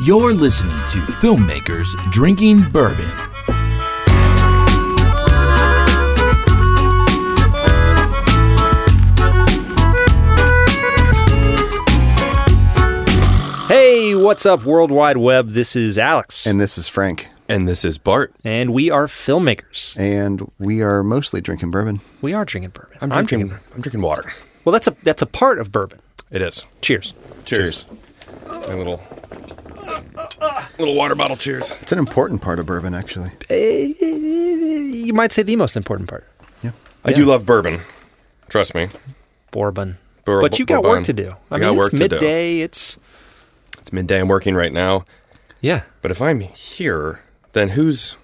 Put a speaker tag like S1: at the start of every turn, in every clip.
S1: You're listening to Filmmakers Drinking Bourbon.
S2: Hey, what's up, World Wide Web? This is Alex.
S3: And this is Frank.
S4: And this is Bart.
S2: And we are filmmakers.
S3: And we are mostly drinking bourbon.
S2: We are drinking bourbon.
S4: I'm drinking. I'm drinking, water.
S2: Well, that's a that's a part of bourbon.
S4: It is.
S2: Cheers.
S4: Cheers. A little, little water bottle. Cheers.
S3: It's an important part of bourbon, actually.
S2: Eh, You might say the most important part,
S3: Yeah.
S4: I do love bourbon. Trust me.
S2: bourbon.
S4: Bur-
S2: but you got
S4: bourbon.
S2: work to do. I
S4: I
S2: mean,
S4: got
S2: it's
S4: work to do.
S2: midday. It's
S4: It's midday. I'm working right now.
S2: yeah,
S4: But if I'm here, then who's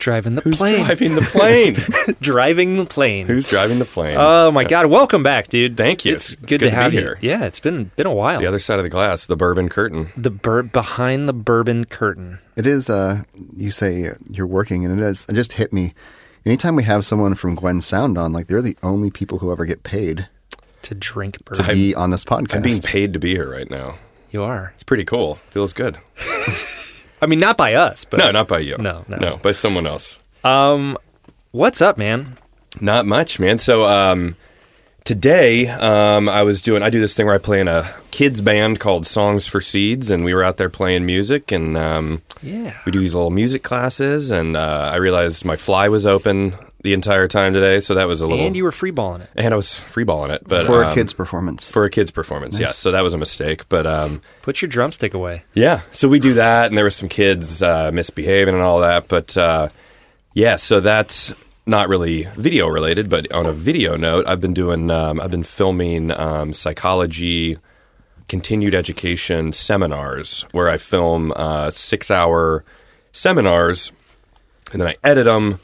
S2: driving the
S4: who's
S2: plane.
S4: driving the plane?
S2: driving the plane.
S4: who's driving the plane?
S2: oh my God! Welcome back, dude.
S4: Thank you.
S2: It's,
S4: It's- it's
S2: good, to,
S4: good to be
S2: have you
S4: here.
S2: Yeah, it's been been a while.
S4: the other side of the glass, the bourbon curtain.
S2: the bur- behind the bourbon curtain.
S3: It is, uh, you say you're working, and it is. It just hit me. Anytime we have someone from Gwen Sound on, like, they're the only people who ever get paid
S2: to drink
S3: to
S2: bourbon.
S3: be on this podcast.
S4: I'm being paid to be here right now.
S2: you are.
S4: It's pretty cool. Feels good.
S2: I mean, not by us, but
S4: No, not by you.
S2: No, no.
S4: no, by someone else.
S2: what's up, man?
S4: Not much, man. So um, today um, I was doing I do this thing where I play in a kids band called Songs for Seeds, and we were out there playing music, and um,
S2: Yeah.
S4: we do these little music classes, and uh, I realized my fly was open the entire time today, so that was a little
S2: And you were freeballing it.
S4: and I was freeballing it, but
S3: for a
S4: um,
S3: kid's performance.
S4: for a kids performance, yes. So that was a mistake, but um,
S2: Put your drumstick away.
S4: yeah, so we do that, and there were some kids uh, misbehaving and all that, but uh, yeah, so that's not really video related, but on a video note, I've been doing, um, I've been filming um, psychology, continued education seminars where I film uh, six hour seminars, and then I edit them,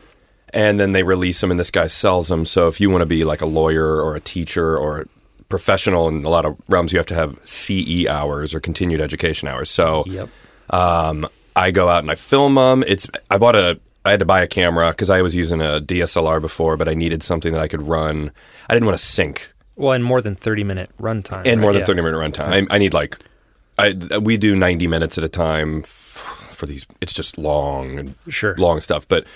S4: and then they release them, and this guy sells them. So if you want to be like a lawyer or a teacher or a professional in a lot of realms, you have to have CE hours or continued education hours. So
S2: Yep.
S4: um, I go out and I film them. It's I bought a I had to buy a camera because I was using a DSLR before, but I needed something that I could run. I didn't want to sync
S2: Well, and more than 30 minute runtime.
S4: and
S2: right?
S4: more than
S2: Yeah.
S4: thirty minute runtime. I, I need like I th- we do ninety minutes at a time f- for these. It's just long and
S2: Sure.
S4: long stuff, but.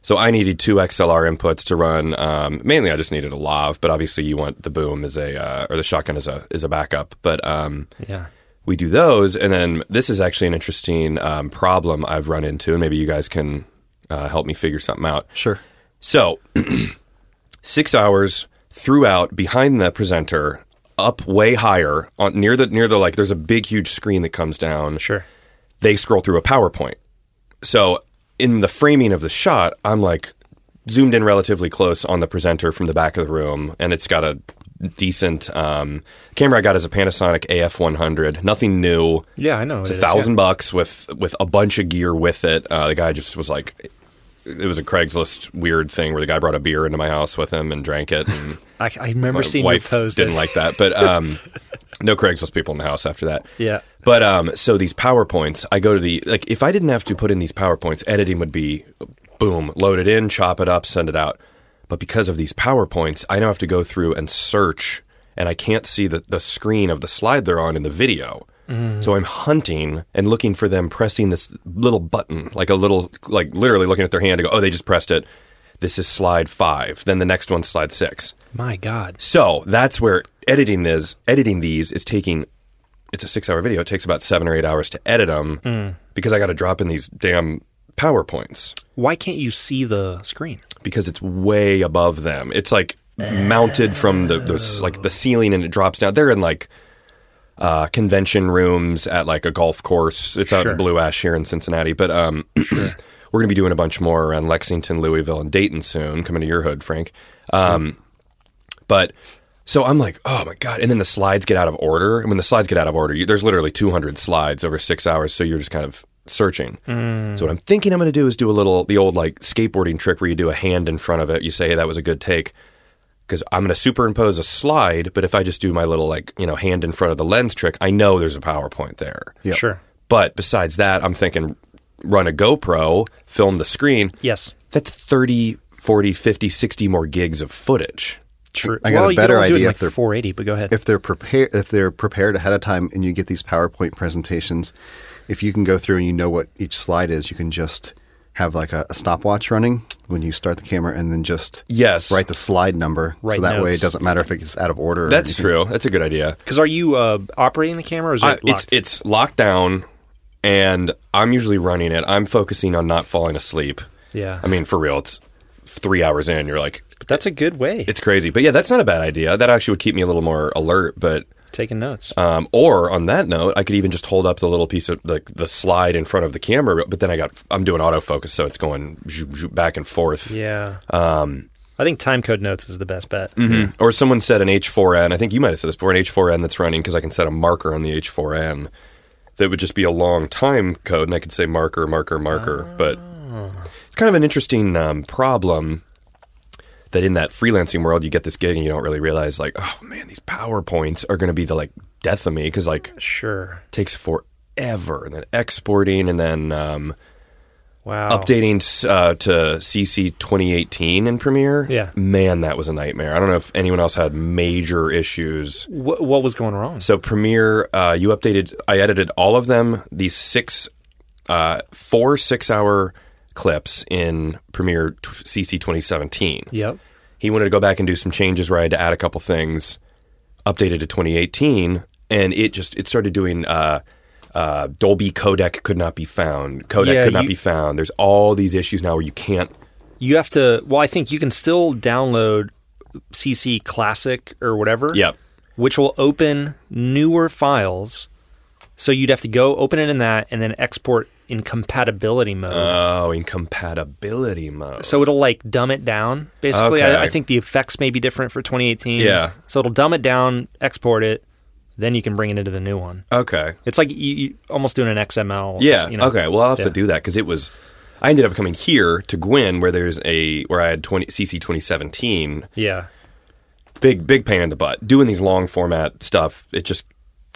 S4: So I needed two XLR inputs to run. Um, mainly, I just needed a lav, but obviously, you want the boom as a uh, or the shotgun as a is a backup. But um,
S2: Yeah.
S4: we do those and then this is actually an interesting um, problem i've run into and maybe you guys can uh, help me figure something out
S3: sure.
S4: so six hours throughout behind the presenter up way higher on near the near the like there's a big huge screen that comes down
S2: Sure.
S4: they scroll through a PowerPoint. So in the framing of the shot, I'm like zoomed in relatively close on the presenter from the back of the room, and it's got a decent um, camera. I got is a Panasonic AF100, nothing new.
S2: Yeah, I know.
S4: It's
S2: it
S4: a
S2: is,
S4: thousand bucks with with a bunch of gear with it. Uh, the guy just was like, it was a Craigslist weird thing where the guy brought a beer into my house with him and drank it. And
S2: yeah. I, I remember
S4: my
S2: seeing
S4: wife
S2: you post
S4: didn't
S2: it.
S4: like that, but um, no Craigslist people in the house after that.
S2: Yeah.
S4: But um, so these PowerPoints, I go to the like if I didn't have to put in these PowerPoints, editing would be boom, load it in, chop it up, send it out. But because of these PowerPoints, I now have to go through and search and I can't see the, the screen of the slide they're on in the video.
S2: Mm.
S4: So I'm hunting and looking for them pressing this little button, like a little like literally looking at their hand to go, Oh, they just pressed it. This is slide five. Then the next one's slide six.
S2: My God.
S4: So that's where editing is. Editing these is taking. It's a six-hour video. It takes about seven or eight hours to edit them because I got to drop in these damn powerpoints
S2: Why can't you see the screen?
S4: because it's way above them. It's like mounted from the, the s- like the ceiling and it drops down. They're in like uh, convention rooms at like a golf course. It's out
S2: Sure.
S4: in Blue Ash here in Cincinnati, but um, we're gonna be doing a bunch more around Lexington, Louisville, and Dayton soon. Coming to your hood, Frank. Um, But so I'm like, oh my god! And then the slides get out of order, and when the slides get out of order, you, there's literally 200 slides over six hours, so you're just kind of searching. So what I'm thinking I'm going to do is do a little the old like skateboarding trick where you do a hand in front of it. You say hey, that was a good take because I'm going to superimpose a slide, but if I just do my little like you know hand in front of the lens trick, I know there's a PowerPoint there.
S3: Yeah.
S2: Sure.
S4: But besides that, I'm thinking run a GoPro, film the screen.
S2: Yes.
S4: That's 30, 40, 50, 60 more gigs of footage.
S2: True.
S3: I got
S2: well,
S3: a better
S2: you could only do it in,
S3: idea
S2: like
S3: if they're
S2: 480, but go ahead.
S3: if they're prepared if they're prepared ahead of time and you get these PowerPoint presentations, if you can go through and you know what each slide is, you can just have like a, a stopwatch running when you start the camera and then just
S4: Yes.
S3: write the slide number.
S2: Write
S3: so that way
S2: notes.
S3: it doesn't matter if it gets out of order. or
S4: That's
S3: anything.
S4: true. That's a good idea.
S2: Because are you uh, operating the camera or is it
S4: I- it's
S2: locked?
S4: it's locked down, and I'm usually running it. I'm focusing on not falling asleep.
S2: yeah.
S4: I mean, for real, it's three hours in. You're like,
S2: But that's a good way.
S4: it's crazy. But yeah, that's not a bad idea. That actually would keep me a little more alert. But
S2: taking notes.
S4: um, or on that note, I could even just hold up the little piece of the the slide in front of the camera. But then I got I'm doing autofocus, so it's going zoop, zoop, back and forth.
S2: yeah.
S4: um,
S2: I think time code notes is the best bet.
S4: Or someone said an H4n. I think you might have said this before. An H4n that's running because I can set a marker on the H4n that would just be a long time code, and I could say marker, marker, marker. But it's kind of an interesting um, problem that in that freelancing world, you get this gig and you don't really realize, like, oh man, these powerpoints are going to be the like death of me because like it
S2: Sure.
S4: takes forever, and then exporting, and then um,
S2: Wow.
S4: updating uh, to CC 2018 in Premiere.
S2: Yeah.
S4: man, that was a nightmare. I don't know if anyone else had major issues.
S2: Wh- what was going wrong?
S4: So Premiere, uh, you updated. I edited all of them. These six, uh, four six-hour clips in Premiere t- CC 2017.
S2: Yep.
S4: He wanted to go back and do some changes where I had to add a couple things. Updated to 2018, and it just it started doing. Uh, uh, Dolby codec could not be found. Codec
S2: Yeah,
S4: could not
S2: you-
S4: be found. There's all these issues now where you can't
S2: You have to. Well, I think you can still download CC Classic or whatever.
S4: Yep.
S2: Which will open newer files. So you'd have to go open it in that and then export in compatibility mode.
S4: Oh, incompatibility mode.
S2: so it'll like dumb it down. Basically,
S4: Okay.
S2: I, I think the effects may be different for 2018.
S4: Yeah.
S2: So it'll dumb it down, export it, then you can bring it into the new one.
S4: okay.
S2: It's like you, you almost doing an XML.
S4: Yeah.
S2: You know?
S4: Okay. Well, I'll have
S2: Yeah.
S4: to do that because it was. I ended up coming here to Gwyn, where there's a where I had 20 CC 2017.
S2: Yeah.
S4: Big big pain in the butt doing these long format stuff. It just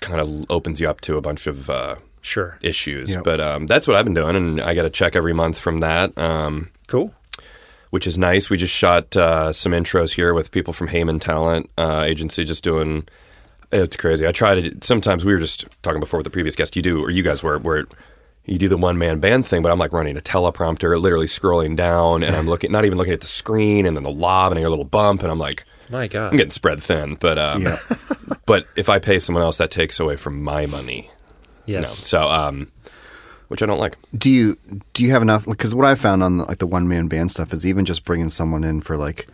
S4: kind of opens you up to a bunch of uh,
S2: Sure.
S4: issues.
S3: Yep.
S4: But um, that's what I've been doing, and I got a check every month from that. Um,
S2: Cool.
S4: which is nice. We just shot uh, some intros here with people from Heyman Talent uh, Agency, just doing. It's crazy. I try to. Sometimes we were just talking before with the previous guest. You do, or you guys were, where you do the one man band thing, but I'm like running a teleprompter, literally scrolling down, and I'm looking, not even looking at the screen, and then the lob, and I hear a little bump, and I'm like,
S2: My God.
S4: I'm getting spread thin. But um,
S3: Yeah.
S4: but if I pay someone else, that takes away from my money. you know?
S2: Yes.
S4: So um, which I don't like.
S3: Do you do you have enough? Because what I found on like the one man band stuff is even just bringing someone in for like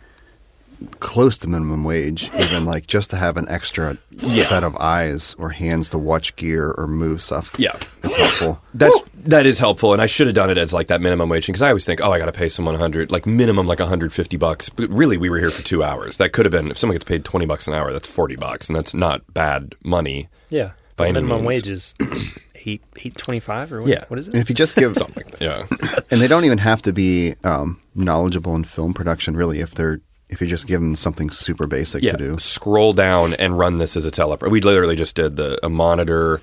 S3: close to minimum wage, even like just to have an extra set of eyes or hands to watch gear or move stuff.
S4: Yeah.
S3: it's helpful.
S4: That's that is helpful, and I should have done it as like that minimum wage because I always think, oh, I got to pay someone hundred, like minimum like hundred fifty bucks. But really, we were here for two hours. That could have been if someone gets paid twenty bucks an hour, that's forty bucks, and that's not bad money.
S2: Yeah.
S4: By any
S2: minimum
S4: means.
S2: wage is eight eight twenty five or what,
S4: Yeah.
S2: what is it?
S3: And if you just give
S4: Something like that. Yeah,
S3: and they don't even have to be um, knowledgeable in film production really if they're if you just give them something super basic
S4: yeah.
S3: to do
S4: Scroll down and run this as a teleprompter. We literally just did the a monitor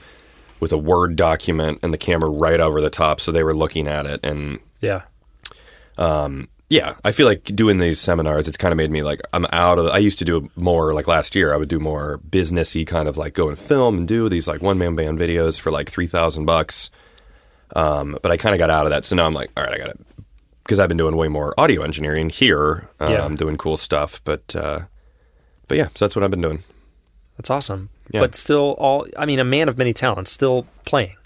S4: with a word document and the camera right over the top, so they were looking at it and
S2: yeah.
S4: yeah, I feel like doing these seminars, it's kind of made me like I'm out of. I used to do more like last year. I would do more businessy kind of like go and film and do these like one man band videos for like three thousand bucks. Um, but I kind of got out of that, so now I'm like, all right, I got to because I've been doing way more audio engineering here, um,
S2: Yeah.
S4: doing cool stuff. But uh, but yeah, so that's what I've been doing.
S2: That's awesome.
S4: Yeah.
S2: But still all I mean, a man of many talents, still playing.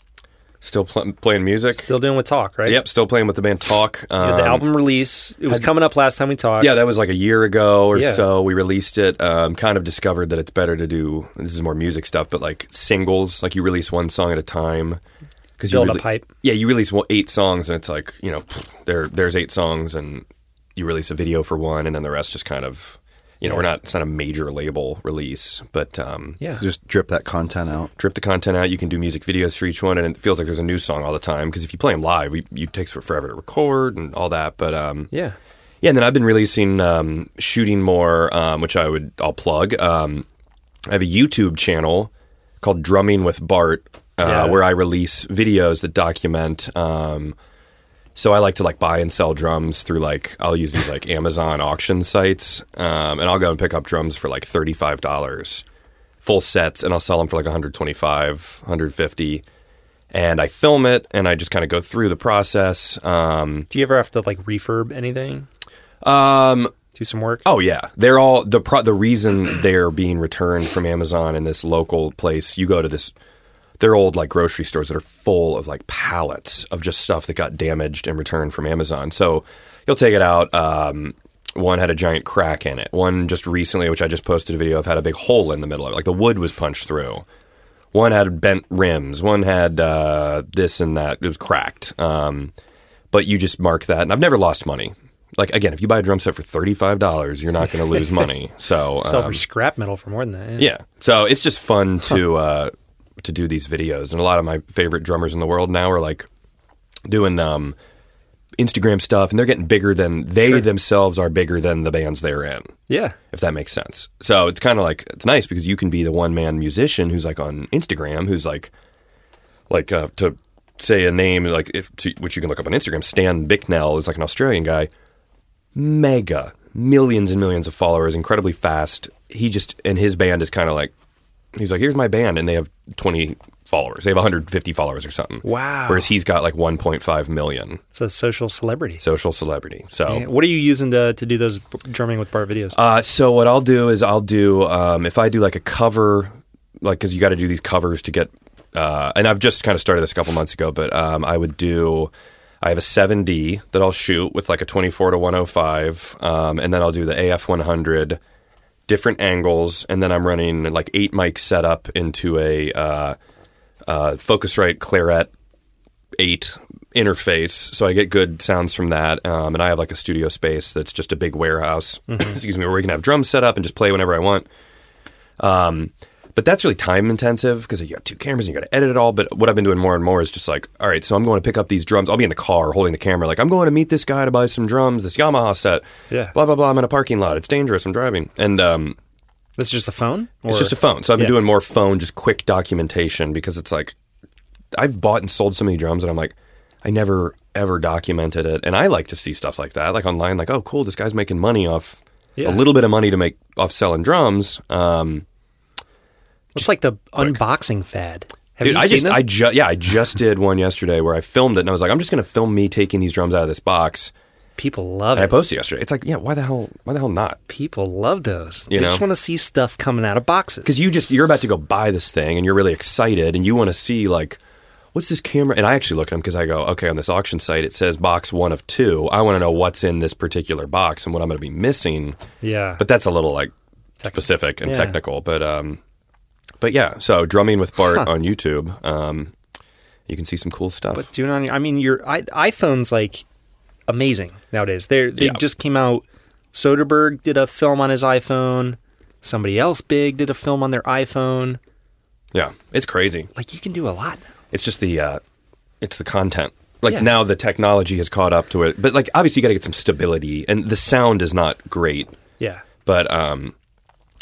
S4: Still pl- playing music.
S2: Still doing with talk, right?
S4: Yep, still playing with the band Talk.
S2: You
S4: Um,
S2: had the album release. It was coming up last time we talked.
S4: Yeah, that was like a year ago or
S2: Yeah.
S4: so. We released it. Um, kind of discovered that it's better to do this is more music stuff, but like singles, like you release one song at a time. Because
S2: Build a pipe.
S4: Yeah, you release one, eight songs, and it's like you know, there there's eight songs, and you release a video for one, and then the rest just kind of, you know, we're not it's not a major label release, but um,
S2: Yeah.
S3: So just drip that content out
S4: drip the content out. You can do music videos for each one, and it feels like there's a new song all the time. Because if you play them live, we, you it takes forever to record and all that. But um,
S2: Yeah.
S4: yeah, and then I've been releasing, um, shooting more, um, which I would I'll plug. Um, I have a YouTube channel called Drumming with Bart, uh,
S2: Yeah.
S4: where I release videos that document um, So I like to like buy and sell drums through like I'll use these like Amazon auction sites, um, and I'll go and pick up drums for like thirty five dollars, full sets, and I'll sell them for like 125, 150 and I film it and I just kind of go through the process. Um,
S2: Do you ever have to like refurb anything?
S4: um,
S2: Do some work?
S4: Oh yeah, they're all the pro- the reason they're being returned from Amazon in this local place. You go to this, they're old like grocery stores that are full of like pallets of just stuff that got damaged and returned from Amazon. So you'll take it out. Um, one had a giant crack in it. One just recently, which I just posted a video of, had a big hole in the middle of it. Like the wood was punched through. One had bent rims. One had uh, this and that. It was cracked. Um, but you just mark that, and I've never lost money. Like again, if you buy a drum set for thirty five dollars, you're not going to lose money. So
S2: Sell
S4: um,
S2: for scrap metal for more than that.
S4: yeah, so it's just fun to uh, to do these videos, and a lot of my favorite drummers in the world now are like doing um, Instagram stuff, and they're getting bigger than they themselves are bigger than the bands they're in
S2: Yeah.
S4: if that makes sense. So it's kind of like it's nice because you can be the one man musician who's like on Instagram, who's like, like uh, to say a name like if to, which you can look up on Instagram. Stan Bicknell is like an Australian guy, mega millions and millions of followers, incredibly fast. He just and his band is kind of like he's like here's my band, and they have twenty followers. They have 150 followers or something.
S2: Wow.
S4: Whereas he's got like 1.5 million
S2: It's a social celebrity.
S4: social celebrity. So
S2: Yeah. What are you using to, to do those b- drumming with Bart videos?
S4: Uh, so what I'll do is I'll do um, if I do like a cover, like because you got to do these covers to get. Uh, and I've just kind of started this a couple months ago, but um, I would do. I have a 7D that I'll shoot with like a 24 to 105, um, and then I'll do the AF 100, different angles, and then I'm running like eight mic setup into a uh, uh, Focusrite Claret eight interface, so I get good sounds from that. Um, and I have like a studio space that's just a big warehouse, excuse me, where we can have drums set up and just play whenever I want. Um, but that's really time intensive because you got two cameras and you got to edit it all. But what I've been doing more and more is just like, all right, so I'm going to pick up these drums. I'll be in the car holding the camera, like I'm going to meet this guy to buy some drums, this Yamaha set.
S2: Yeah.
S4: Blah blah blah. I'm in a parking lot. It's dangerous. I'm driving, and um,
S2: That's just a phone?
S4: it's
S2: Or-
S4: just a phone. So I've been
S2: Yeah.
S4: doing more phone, just quick documentation because it's like I've bought and sold so many drums, and I'm like, I never ever documented it. And I like to see stuff like that, like online, like oh, cool, this guy's making money off
S2: Yeah.
S4: a little bit of money to make off selling drums. Um,
S2: It's like the unboxing fad. Have
S4: dude,
S2: you
S4: I
S2: seen
S4: just,
S2: this?
S4: I just, yeah, I just did one yesterday where I filmed it, and I was like, I'm just gonna film me taking these drums out of this box,
S2: People love
S4: and I
S2: it.
S4: posted it yesterday. It's like, yeah, why the hell, why the hell not?
S2: People love those.
S4: You
S2: they just
S4: know?
S2: want to see stuff coming out of boxes.
S4: because you just you're about to go buy this thing and you're really excited and you want to see like what's this camera and i actually look at them because i go okay on this auction site it says box one of two i want to know what's in this particular box and what i'm going to be missing
S2: Yeah.
S4: but that's a little like specific and
S2: Yeah.
S4: technical but um but yeah so drumming with bart on youtube um you can see some cool stuff
S2: But doing on your, I mean, your I, iPhone's like amazing nowadays. They they
S4: Yeah.
S2: just came out. Soderbergh did a film on his iPhone. Somebody else big did a film on their iPhone.
S4: yeah it's crazy
S2: Like you can do a lot now.
S4: It's just the uh, it's the content. Like
S2: Yeah.
S4: now the technology has caught up to it, but like obviously you got to get some stability, and the sound is not great,
S2: Yeah.
S4: but um,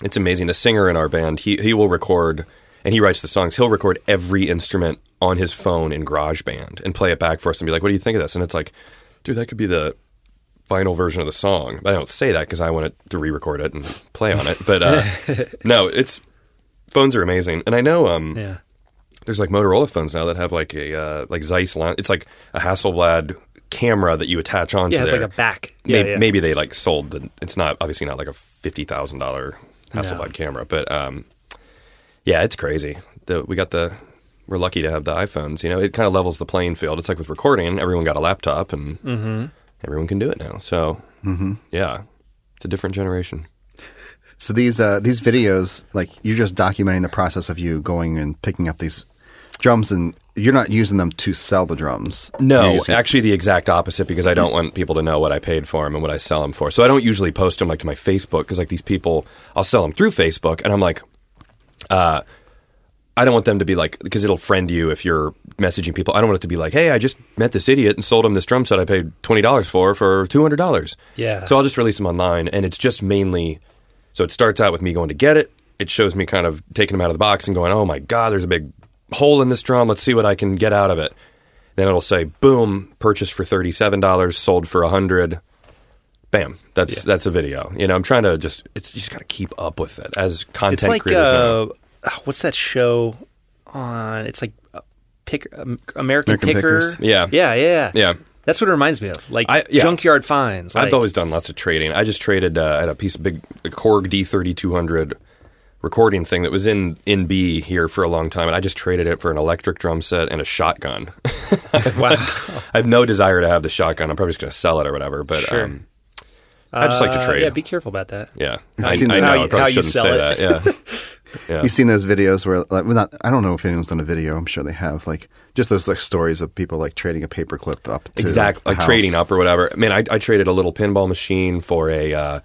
S4: it's amazing. The singer in our band, he he will record, and he writes the songs. He'll record every instrument on his phone in GarageBand and play it back for us and be like, "What do you think of this?" And it's like, dude, that could be the final version of the song. But I don't say that because I want it to re-record it and play on it. But uh, no, it's phones are amazing, and I know um,
S2: Yeah.
S4: there's like Motorola phones now that have like a uh, like Zeiss lens. It's like a Hasselblad camera that you attach onto.
S2: Yeah. It's
S4: there.
S2: like a back.
S4: May-
S2: Yeah.
S4: Maybe,
S2: yeah.
S4: they like sold the. It's not obviously not like a fifty thousand dollar Hasselblad camera, but um, yeah, it's crazy. The, we got the. We're lucky to have the iPhones. You know, it kind of levels the playing field. It's like with recording, everyone got a laptop and
S2: Mm-hmm.
S4: everyone can do it now. So yeah, it's a different generation.
S3: So these uh, these videos, like you're just documenting the process of you going and picking up these drums, and you're not using them to sell the drums. You're
S4: No,
S3: using-
S4: actually, the exact opposite because I don't want people to know what I paid for them and what I sell them for. So I don't usually post them like to my Facebook because like these people, I'll sell them through Facebook, and I'm like, uh, I don't want them to be like because it'll friend you if you're messaging people. I don't want it to be like, hey, I just met this idiot and sold him this drum set I paid twenty dollars for for two hundred dollars.
S2: Yeah.
S4: So I'll just release them online, and it's just mainly. So it starts out with me going to get it. It shows me kind of taking them out of the box and going, oh my god, there's a big hole in this drum. Let's see what I can get out of it Then it'll say, boom, purchased for $37, sold for 100 Bam! That's that's a video. You know, I'm trying to just it's you just got to keep up with it as content
S2: It's like
S4: creators. now.
S2: uh, what's that show on? It's like uh, pick um, American,
S3: American
S2: Picker.
S3: Pickers.
S4: Yeah.
S2: yeah, yeah,
S4: Yeah.
S2: That's what it reminds me of, like
S4: I- yeah.
S2: junkyard finds.
S4: I've
S2: like-
S4: always done lots of trading. I just traded. Uh, I had a piece of big a Korg D3200 recording thing that was in in B here for a long time, and I just traded it for an electric drum set and a shotgun.
S2: wow.
S4: I have no desire to have the shotgun. I'm probably just going to sell it or whatever. But
S2: Sure.
S4: um, I just like to
S2: Uh,
S4: trade.
S2: yeah, be careful about that.
S4: Yeah.
S3: I've
S4: I,
S3: seen
S4: I
S3: that.
S4: know.
S3: How
S4: I
S2: you- how
S4: probably
S2: you
S4: shouldn't
S2: sell
S4: say
S2: it.
S4: that. Yeah.
S3: You've seen those videos where, like, well, not, I don't know if anyone's done a video. I'm sure they have. Like, just those like stories of people like trading a paperclip up to
S4: exactly
S3: the
S4: like
S3: house.
S4: trading up or whatever. Man, I, I traded a little pinball machine for a, uh,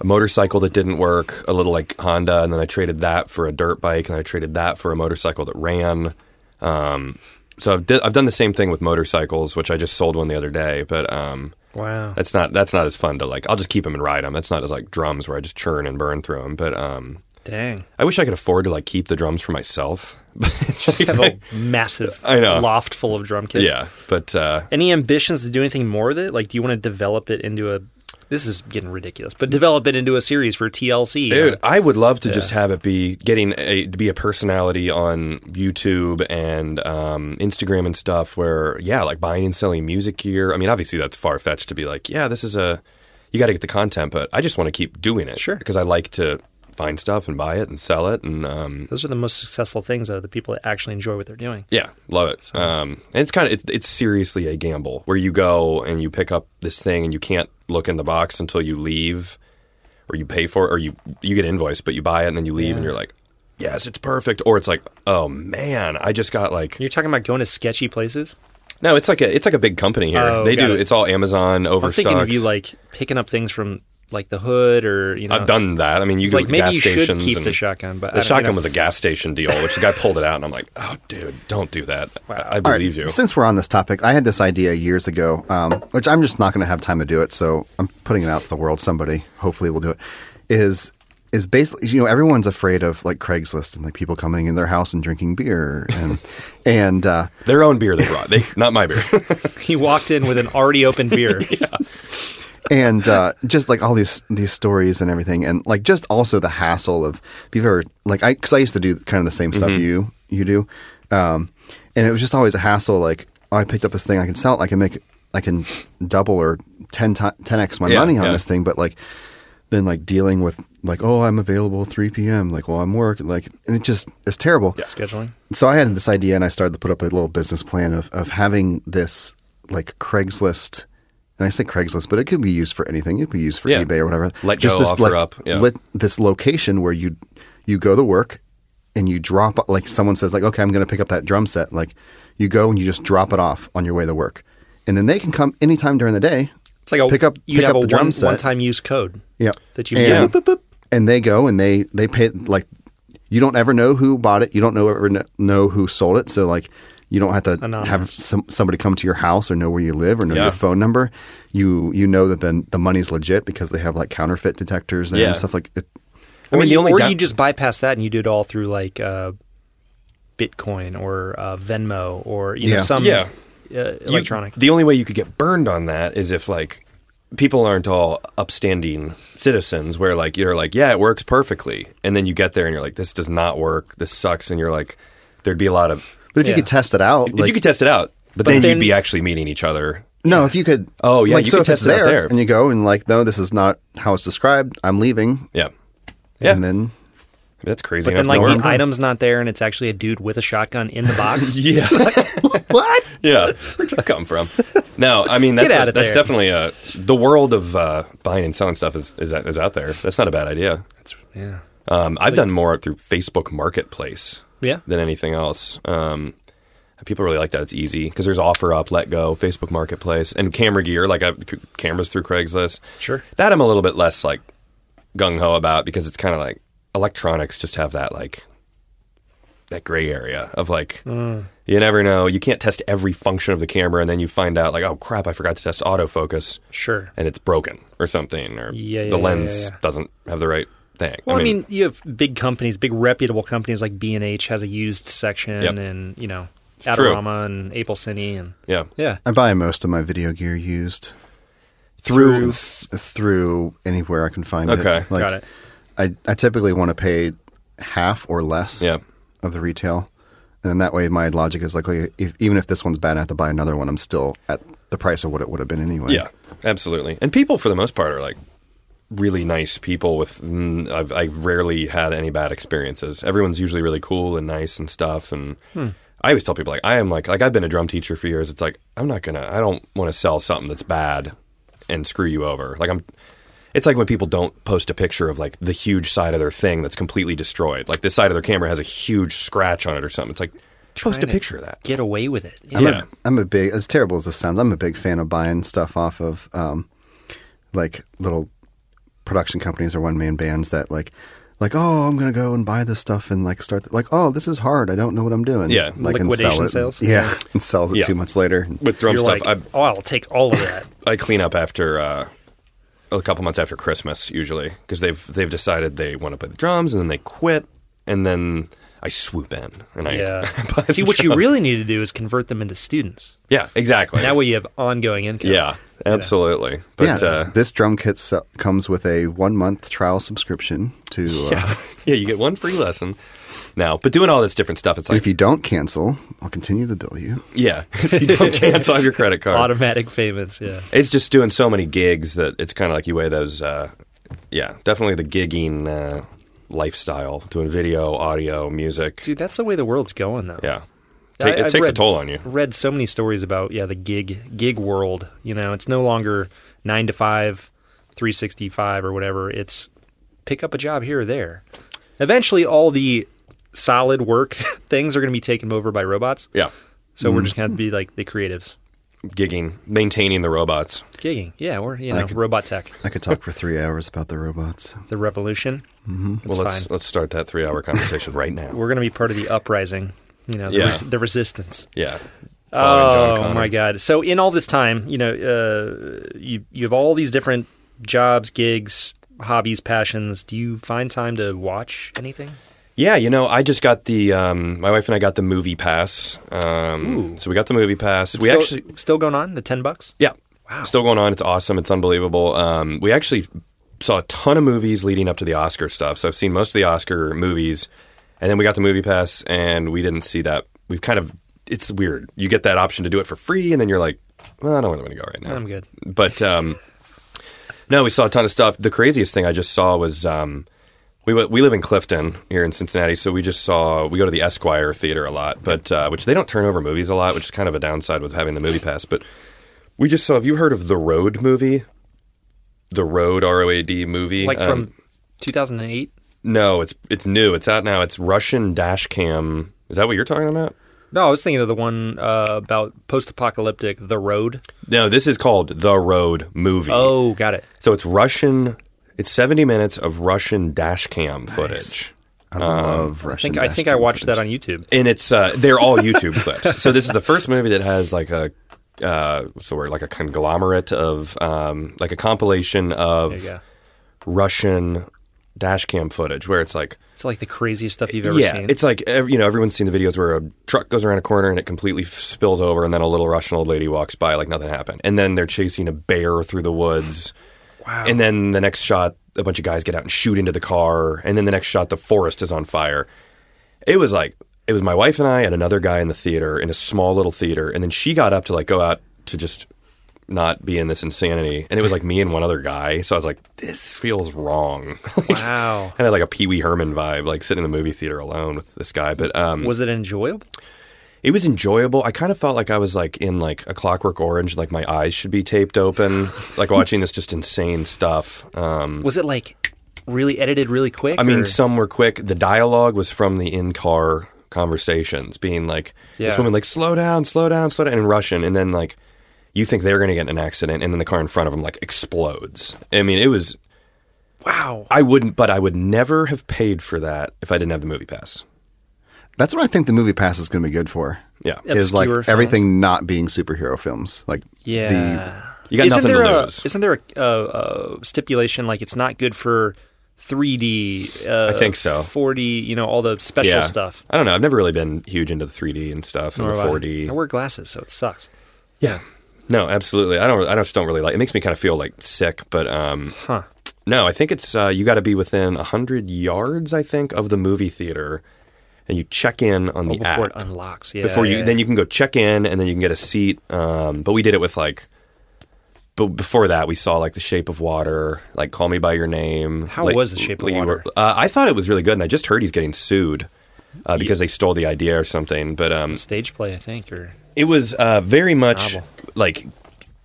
S4: a motorcycle that didn't work, a little like Honda, and then I traded that for a dirt bike, and I traded that for a motorcycle that ran. Um, so I've, di- I've done the same thing with motorcycles, which I just sold one the other day. But um,
S2: Wow.
S4: that's not that's not as fun to like. I'll just keep them and ride them. That's not as like drums where I just churn and burn through them. But um,
S2: Dang.
S4: I wish I could afford to like keep the drums for myself. But it's just
S2: Have a massive
S4: I know.
S2: loft full of drum kits.
S4: yeah, but uh,
S2: Any ambitions to do anything more with it? Like, do you want to develop it into a? This is getting ridiculous, but develop it into a series for TLC.
S4: Dude, I would love to just have it be getting a to be a personality on YouTube and um, Instagram and stuff. Where yeah, like buying and selling music gear. I mean, obviously that's far fetched to be like, yeah, this is a you got to get the content, but I just want to keep doing it,
S2: Sure.
S4: because I like to find stuff and buy it and sell it, and um,
S2: Those are the most successful things, though. The people that actually enjoy what they're doing.
S4: yeah, love it. Um, and it's kind of it, it's seriously a gamble where you go and you pick up this thing and you can't look in the box until you leave, or you pay for it, or you you get invoiced, but you buy it and then you leave and you're like, yes, it's perfect, or it's like, oh man, I just got like
S2: You're talking about going to sketchy places.
S4: no, it's like a it's like a big company here.
S2: Oh,
S4: they
S2: got
S4: do
S2: it.
S4: it's all Amazon
S2: I'm thinking
S4: overstock.
S2: of you like picking up things from like the hood or you know.
S4: I've done that. I mean, you
S2: It's
S4: go
S2: like
S4: to
S2: maybe
S4: gas
S2: you should
S4: stations
S2: keep
S4: and
S2: the shotgun, but I
S4: the
S2: don't- you
S4: shotgun
S2: know.
S4: was a gas station deal, which the guy pulled it out, and I'm like, oh dude, don't do that. I, I
S3: All right,
S4: believe you.
S3: Since we're on this topic, I had this idea years ago, um, which I'm just not going to have time to do it. So I'm putting it out to the world. Somebody hopefully will do it. Is is basically you know everyone's afraid of like Craigslist and like people coming in their house and drinking beer and and uh,
S4: Their own beer they brought, they, not my beer.
S2: He walked in with an already open beer.
S3: and uh, just like all these these stories and everything, and like just also the hassle of if you've ever like I because I used to do kind of the same
S4: Mm-hmm.
S3: stuff you you do, um, and it was just always a hassle. Like oh, I picked up this thing, I can sell it, I can make, I can double or 10 x my
S4: Yeah,
S3: money on
S4: yeah.
S3: this thing, but like then like dealing with like oh I'm available 3 p.m. like well I'm work like and it just it's terrible
S2: Scheduling.
S3: so I had this idea and I started to put up a little business plan of, of having this like Craigslist and I say Craigslist, but it could be used for anything. It could be used for
S4: Yeah.
S3: eBay or whatever.
S4: Let go, offer up, yeah.
S3: this location where you you go to work and you drop like someone says like okay I'm going to pick up that drum set like you go and you just drop it off on your way to work and then they can come anytime during the day.
S2: It's like a
S3: pick up
S2: You'd
S3: pick
S2: have
S3: up
S2: a
S3: the drum
S2: one,
S3: set.
S2: time use code.
S3: Yep.
S2: That you
S3: And-
S2: boop, boop, boop.
S3: and they go and they they pay like you don't ever know who bought it you don't know ever kn- know who sold it so like you don't have to
S2: Anonymous.
S3: have some, somebody come to your house or know where you live or know
S4: Yeah.
S3: your phone number you you know that then the money's legit because they have like counterfeit detectors there
S4: Yeah.
S3: and stuff like it
S4: I mean,
S2: or
S4: the
S2: you,
S4: only
S2: or
S4: down-
S2: you just bypass that and you do it all through like uh, Bitcoin or uh, Venmo or you know
S3: Yeah.
S2: some
S4: Yeah.
S2: Uh,
S4: you-
S2: electronic.
S4: the only way you could get burned on that is if like people aren't all upstanding citizens where like you're like, yeah, it works perfectly. And then you get there and you're like, this does not work. This sucks. And you're like, there'd be a lot of,
S3: but if you
S2: Yeah.
S3: could test it out
S4: if
S3: like
S4: you could test it out, but, then,
S2: then-
S4: you'd be actually meeting each other.
S3: no if you could
S4: Oh, yeah,
S3: like,
S4: you
S3: so
S4: could
S3: if it's
S4: test it out
S3: there,
S4: there.
S3: and you go and like no this is not how it's described I'm leaving
S4: Yeah. Yeah.
S3: and then
S4: That's crazy.
S2: But
S4: enough
S2: then
S4: to
S2: like
S4: work.
S2: the item's not there and it's actually a dude with a shotgun in the box.
S4: Yeah. what? Yeah. Where'd you come from? No, I mean
S2: Get
S4: that's a-
S2: out of
S4: that's
S2: there.
S4: definitely a the world of uh, buying and selling stuff is is, is out there. That's not a bad idea.
S2: That's, yeah.
S4: Um, I've done more through Facebook Marketplace
S2: Yeah.
S4: than anything else. Um, people really like that. It's easy because there's offer up, let go, Facebook Marketplace, and camera gear. Like I c- cameras through Craigslist.
S2: Sure.
S4: That I'm a little bit less like gung ho about because it's kind of like electronics just have that like that gray area of like
S2: Mm.
S4: you never know. You can't test every function of the camera, and then you find out like oh crap, I forgot to test autofocus
S2: Sure.
S4: and it's broken or something, or
S2: Yeah, yeah,
S4: the
S2: yeah,
S4: lens
S2: yeah, yeah.
S4: doesn't have the right thing.
S2: Well, I mean, you have big companies, big reputable companies like B and H has a used section,
S4: Yep.
S2: and you know
S4: true.
S2: Adorama and April Cine and
S4: Yeah.
S2: yeah.
S3: I buy most of my video gear used
S4: Through.
S3: through anywhere I can find it.
S4: Okay.
S3: Like,
S2: Got it.
S3: I, I typically want to pay half or less
S4: Yeah.
S3: of the retail. And then that way, my logic is like, okay, if, even if this one's bad, I have to buy another one. I'm still at the price of what it would have been anyway.
S4: Yeah. Absolutely. And people, for the most part, are like really nice people. With mm, I've, I've rarely had any bad experiences. Everyone's usually really cool and nice and stuff. And
S2: Hmm.
S4: I always tell people like I am like like I've been a drum teacher for years. It's like I'm not gonna. I don't want to sell something that's bad and screw you over. Like I'm. It's like when people don't post a picture of like the huge side of their thing that's completely destroyed. Like this side of their camera has a huge scratch on it or something. It's like post a
S2: Trying to
S4: picture of that.
S2: Get away with it.
S3: I'm, a,
S4: Yeah.
S3: I'm a big, as terrible as this sounds, I'm a big fan of buying stuff off of um, like little production companies or one man bands that like, like, oh, I'm going to go and buy this stuff and like start, like, oh, this is hard. I don't know what I'm doing.
S4: Yeah.
S3: Like, and
S2: Liquidation
S3: sell it.
S2: sales?
S3: Yeah. And sells it
S4: Yeah.
S3: two months later.
S4: With drum
S2: You're
S4: stuff,
S2: like,
S4: I,
S2: oh, I'll take all of that.
S4: I clean up after uh, a couple months after Christmas usually because they've they've decided they want to play the drums and then they quit and then I swoop in and I
S2: Yeah.
S4: buy the
S2: See, what you
S4: drums.
S2: really need to do is convert them into students.
S4: yeah exactly
S2: That way you have ongoing income.
S4: yeah absolutely but
S3: yeah,
S4: uh,
S3: this drum kit se- comes with a one month trial subscription to. Uh,
S4: yeah you get one free lesson now but doing all this different stuff it's
S3: and
S4: like
S3: if you don't cancel, I'll continue to bill you.
S4: yeah if you don't cancel off your credit card
S2: Automatic payments. Yeah.
S4: it's just doing so many gigs that it's kind of like you weigh those uh, yeah definitely the gigging uh, lifestyle doing video audio music
S2: Dude, that's the way the world's going, though.
S4: yeah
S2: I-
S4: Ta- it
S2: I've
S4: takes a
S2: read-
S4: toll on you
S2: read so many stories about yeah the gig gig world you know it's no longer 9 to 5 365 or whatever it's pick up a job here or there eventually all the solid work things are going to be taken over by robots
S4: yeah
S2: so
S4: Mm-hmm.
S2: we're just going to be like the creatives
S4: gigging, maintaining the robots.
S2: gigging yeah or you know
S3: could-
S2: robot tech
S3: I could talk for three hours about the robots.
S2: the revolution mm-hmm.
S4: well, let's let's start that three hour conversation right now.
S2: we're going to be part of the uprising you know the,
S4: Yeah.
S2: res- the resistance
S4: Yeah. Following John
S2: Oh
S4: Connor.
S2: my god! So in all this time, you know, uh, you you have all these different jobs, gigs, hobbies, passions. Do you find time to watch anything?
S4: Yeah, you know, I just got the um, my wife and I got the movie pass. Um, so we got the movie pass. we
S2: Still-
S4: actually,
S2: still going on the ten bucks.
S4: yeah, wow, still going on. It's awesome. It's unbelievable. Um, we actually saw a ton of movies leading up to the Oscar stuff. So I've seen most of the Oscar movies, and then we got the movie pass, and we didn't see that. We've kind of it's weird. You get that option to do it for free, and then you're like, well, I don't really want to go right now.
S2: I'm good.
S4: But um, no, we saw a ton of stuff. The craziest thing I just saw was um, we w- we live in Clifton here in Cincinnati, so we just saw we go to the Esquire Theater a lot, but uh, which they don't turn over movies a lot, which is kind of a downside with having the movie pass. But we just saw. Have you heard of the Road movie? The Road R O A D movie,
S2: Like
S4: Um,
S2: from 2008.
S4: no, it's it's new. It's out now. It's Russian dash cam. Is that what you're talking about?
S2: No, I was thinking of the one uh, about post-apocalyptic, The Road.
S4: No, this is called The Road movie.
S2: Oh, got it.
S4: So it's Russian. It's 70 minutes of Russian dash cam footage.
S3: I love
S2: Um, I
S3: Russian.
S2: think I think I
S3: dashcam
S2: watched
S3: footage.
S2: that on YouTube.
S4: And it's uh, they're all YouTube clips. So this is the first movie that has like a uh, what's the word like a conglomerate of um, like a compilation of
S2: Yeah,
S4: Russian dash cam footage where it's like
S2: it's like the craziest stuff you've ever
S4: yeah,
S2: seen.
S4: it's like ev- you know everyone's seen the videos where a truck goes around a corner and it completely f- spills over, and then a little Russian old lady walks by like nothing happened, and then they're chasing a bear through the woods. Wow! And then the next shot, a bunch of guys get out and shoot into the car, and then the next shot, the forest is on fire. It was like it was my wife and I and another guy in the theater in a small little theater, and then she got up to like go out to just not be in this insanity, and it was like me and one other guy. So I was like, this feels wrong.
S2: wow.
S4: kind of like a Pee Wee Herman vibe, like sitting in the movie theater alone with this guy. But um,
S2: Was it enjoyable?
S4: it was enjoyable. I kind of felt like I was like in like a Clockwork Orange, like my eyes should be taped open, like watching this just insane stuff. Um,
S2: Was it like really edited really quick?
S4: I mean,
S2: or-
S4: some were quick. The dialogue was from the in car conversations, being like this
S2: Yeah.
S4: woman like slow down, slow down, slow down in Russian, and then like you think they're going to get in an accident, and then the car in front of them like explodes. I mean, it was.
S2: wow.
S4: I wouldn't, but I would never have paid for that if I didn't have the movie pass.
S3: That's what I think the movie pass is going to be good for.
S4: Yeah,
S3: Is like
S2: Obscure films.
S3: everything not being superhero films. Like
S2: Yeah.
S4: You got nothing to
S2: there a,
S4: lose.
S2: Isn't there a, a, a stipulation like it's not good for 3D. Uh,
S4: I think so.
S2: 4D. You know all the special
S4: yeah.
S2: stuff.
S4: I don't know. I've never really been huge into the 3D and stuff and
S2: Nor
S4: the
S2: have I.
S4: 4D.
S2: I wear glasses, so it sucks.
S4: Yeah. No, absolutely. I don't. I just don't really like. It makes me kind of feel like sick. But um,
S2: Huh.
S4: no, I think it's uh, you got to be within hundred yards. I think of the movie theater, and you check in on the
S2: Oh, Before
S4: app
S2: it unlocks. Yeah.
S4: before you.
S2: yeah,
S4: Then
S2: yeah.
S4: you can go check in, and then you can get a seat. Um, but we did it with like. But before that, we saw like The Shape of Water, like Call Me by Your Name.
S2: How
S4: like,
S2: was The Shape of
S4: Lee-
S2: Water?
S4: Uh, I thought it was really good, and I just heard he's getting sued uh, because they stole the idea or something. But um,
S2: stage play, I think, or
S4: it was uh, very much
S2: Novel.
S4: like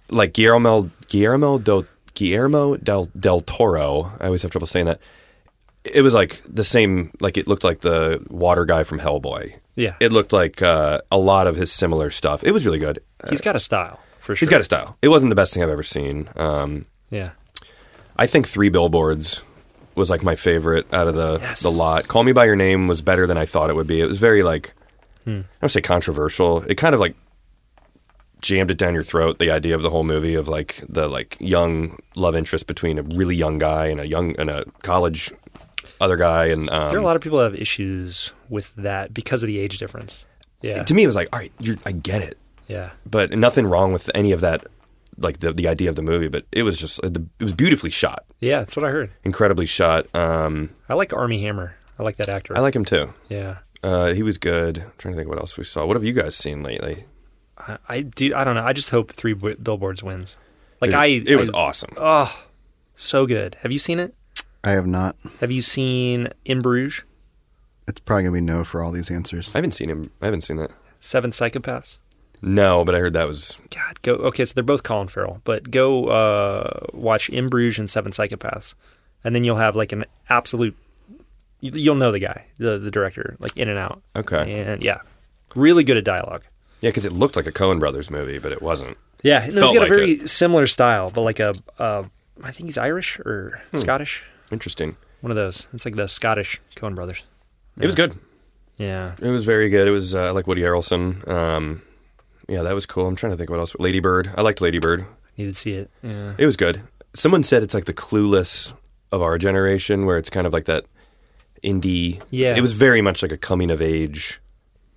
S4: like Guillermo Guillermo del Guillermo del del Toro. I always have trouble saying that. It was like the same. Like it looked like the water guy from Hellboy.
S2: Yeah.
S4: it looked like uh, a lot of his similar stuff. It was really good.
S2: he's got a style for sure.
S4: He's got a style. It wasn't the best thing I've ever seen. Um,
S2: yeah.
S4: I think Three Billboards was like my favorite out of the
S2: Yes.
S4: the lot. Call Me by Your Name was better than I thought it would be. It was very like I don't say controversial. It kind of like jammed it down your throat the idea of the whole movie of like the like young love interest between a really young guy and a young and a college other guy and um,
S2: There are a lot of people that have issues with that because of the age difference. Yeah.
S4: to me it was like all right you're, I get it
S2: Yeah.
S4: but nothing wrong with any of that like the the idea of the movie but it was just it was beautifully shot
S2: Yeah, that's what I heard.
S4: incredibly shot um
S2: I like Army Hammer. I like that actor.
S4: I like him too
S2: yeah.
S4: Uh, he was good. I'm trying to think what else we saw. What have you guys seen lately?
S2: I, I do. I don't know. I just hope three Bi- billboards wins. Like
S4: Dude,
S2: I,
S4: it was
S2: I-
S4: awesome.
S2: Oh, so good. Have you seen it?
S3: I have not.
S2: Have you seen In Bruges,
S3: It's probably gonna be no for all these answers.
S4: I haven't seen him. I haven't seen that.
S2: Seven Psychopaths?
S4: No, but I heard that was
S2: God, go. Okay, so they're both Colin Farrell, but go uh, watch In Bruges and Seven Psychopaths, and then you'll have like an absolute. you- You'll know the guy, the the director, like in and out.
S4: okay.
S2: And yeah, really good at dialogue.
S4: Yeah, because it looked like a Coen Brothers movie, but it wasn't.
S2: Yeah, and he's
S4: Felt
S2: got a
S4: like
S2: very similar style, but like a, uh, I think he's Irish or
S4: Hmm.
S2: Scottish,
S4: Interesting.
S2: one of those. It's like the Scottish Coen Brothers.
S4: It was good.
S2: Yeah,
S4: It was very good. It was uh, I like Woody Harrelson. Um, yeah, that was cool. I'm trying to think what else. Lady Bird. I liked Lady Bird.
S2: need to see it. Yeah,
S4: It was good. Someone said it's like the clueless of our generation, where it's kind of like that indie.
S2: Yeah.
S4: It was very much like a coming of age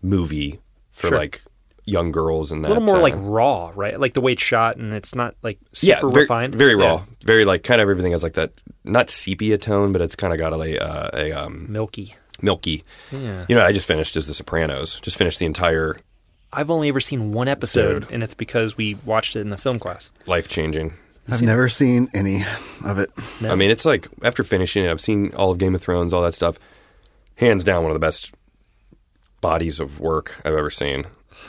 S4: movie for
S2: Sure.
S4: like young girls and that.
S2: a little more
S4: uh,
S2: like raw, right? Like the way it's shot, and it's not like super
S4: yeah, very,
S2: refined,
S4: very raw,
S2: Yeah.
S4: very like kind of everything has like that not sepia tone, but it's kind of got a uh, a um,
S2: milky.
S4: milky.
S2: Yeah.
S4: You know, what I just finished is The Sopranos. Just finished the entire
S2: I've only ever seen one episode, and it's because we watched it in the film class.
S4: life changing.
S3: I've never seen any of it.
S2: Yeah.
S4: I mean, it's like after finishing it, I've seen all of Game of Thrones, all that stuff. Hands down, one of the best bodies of work I've ever seen.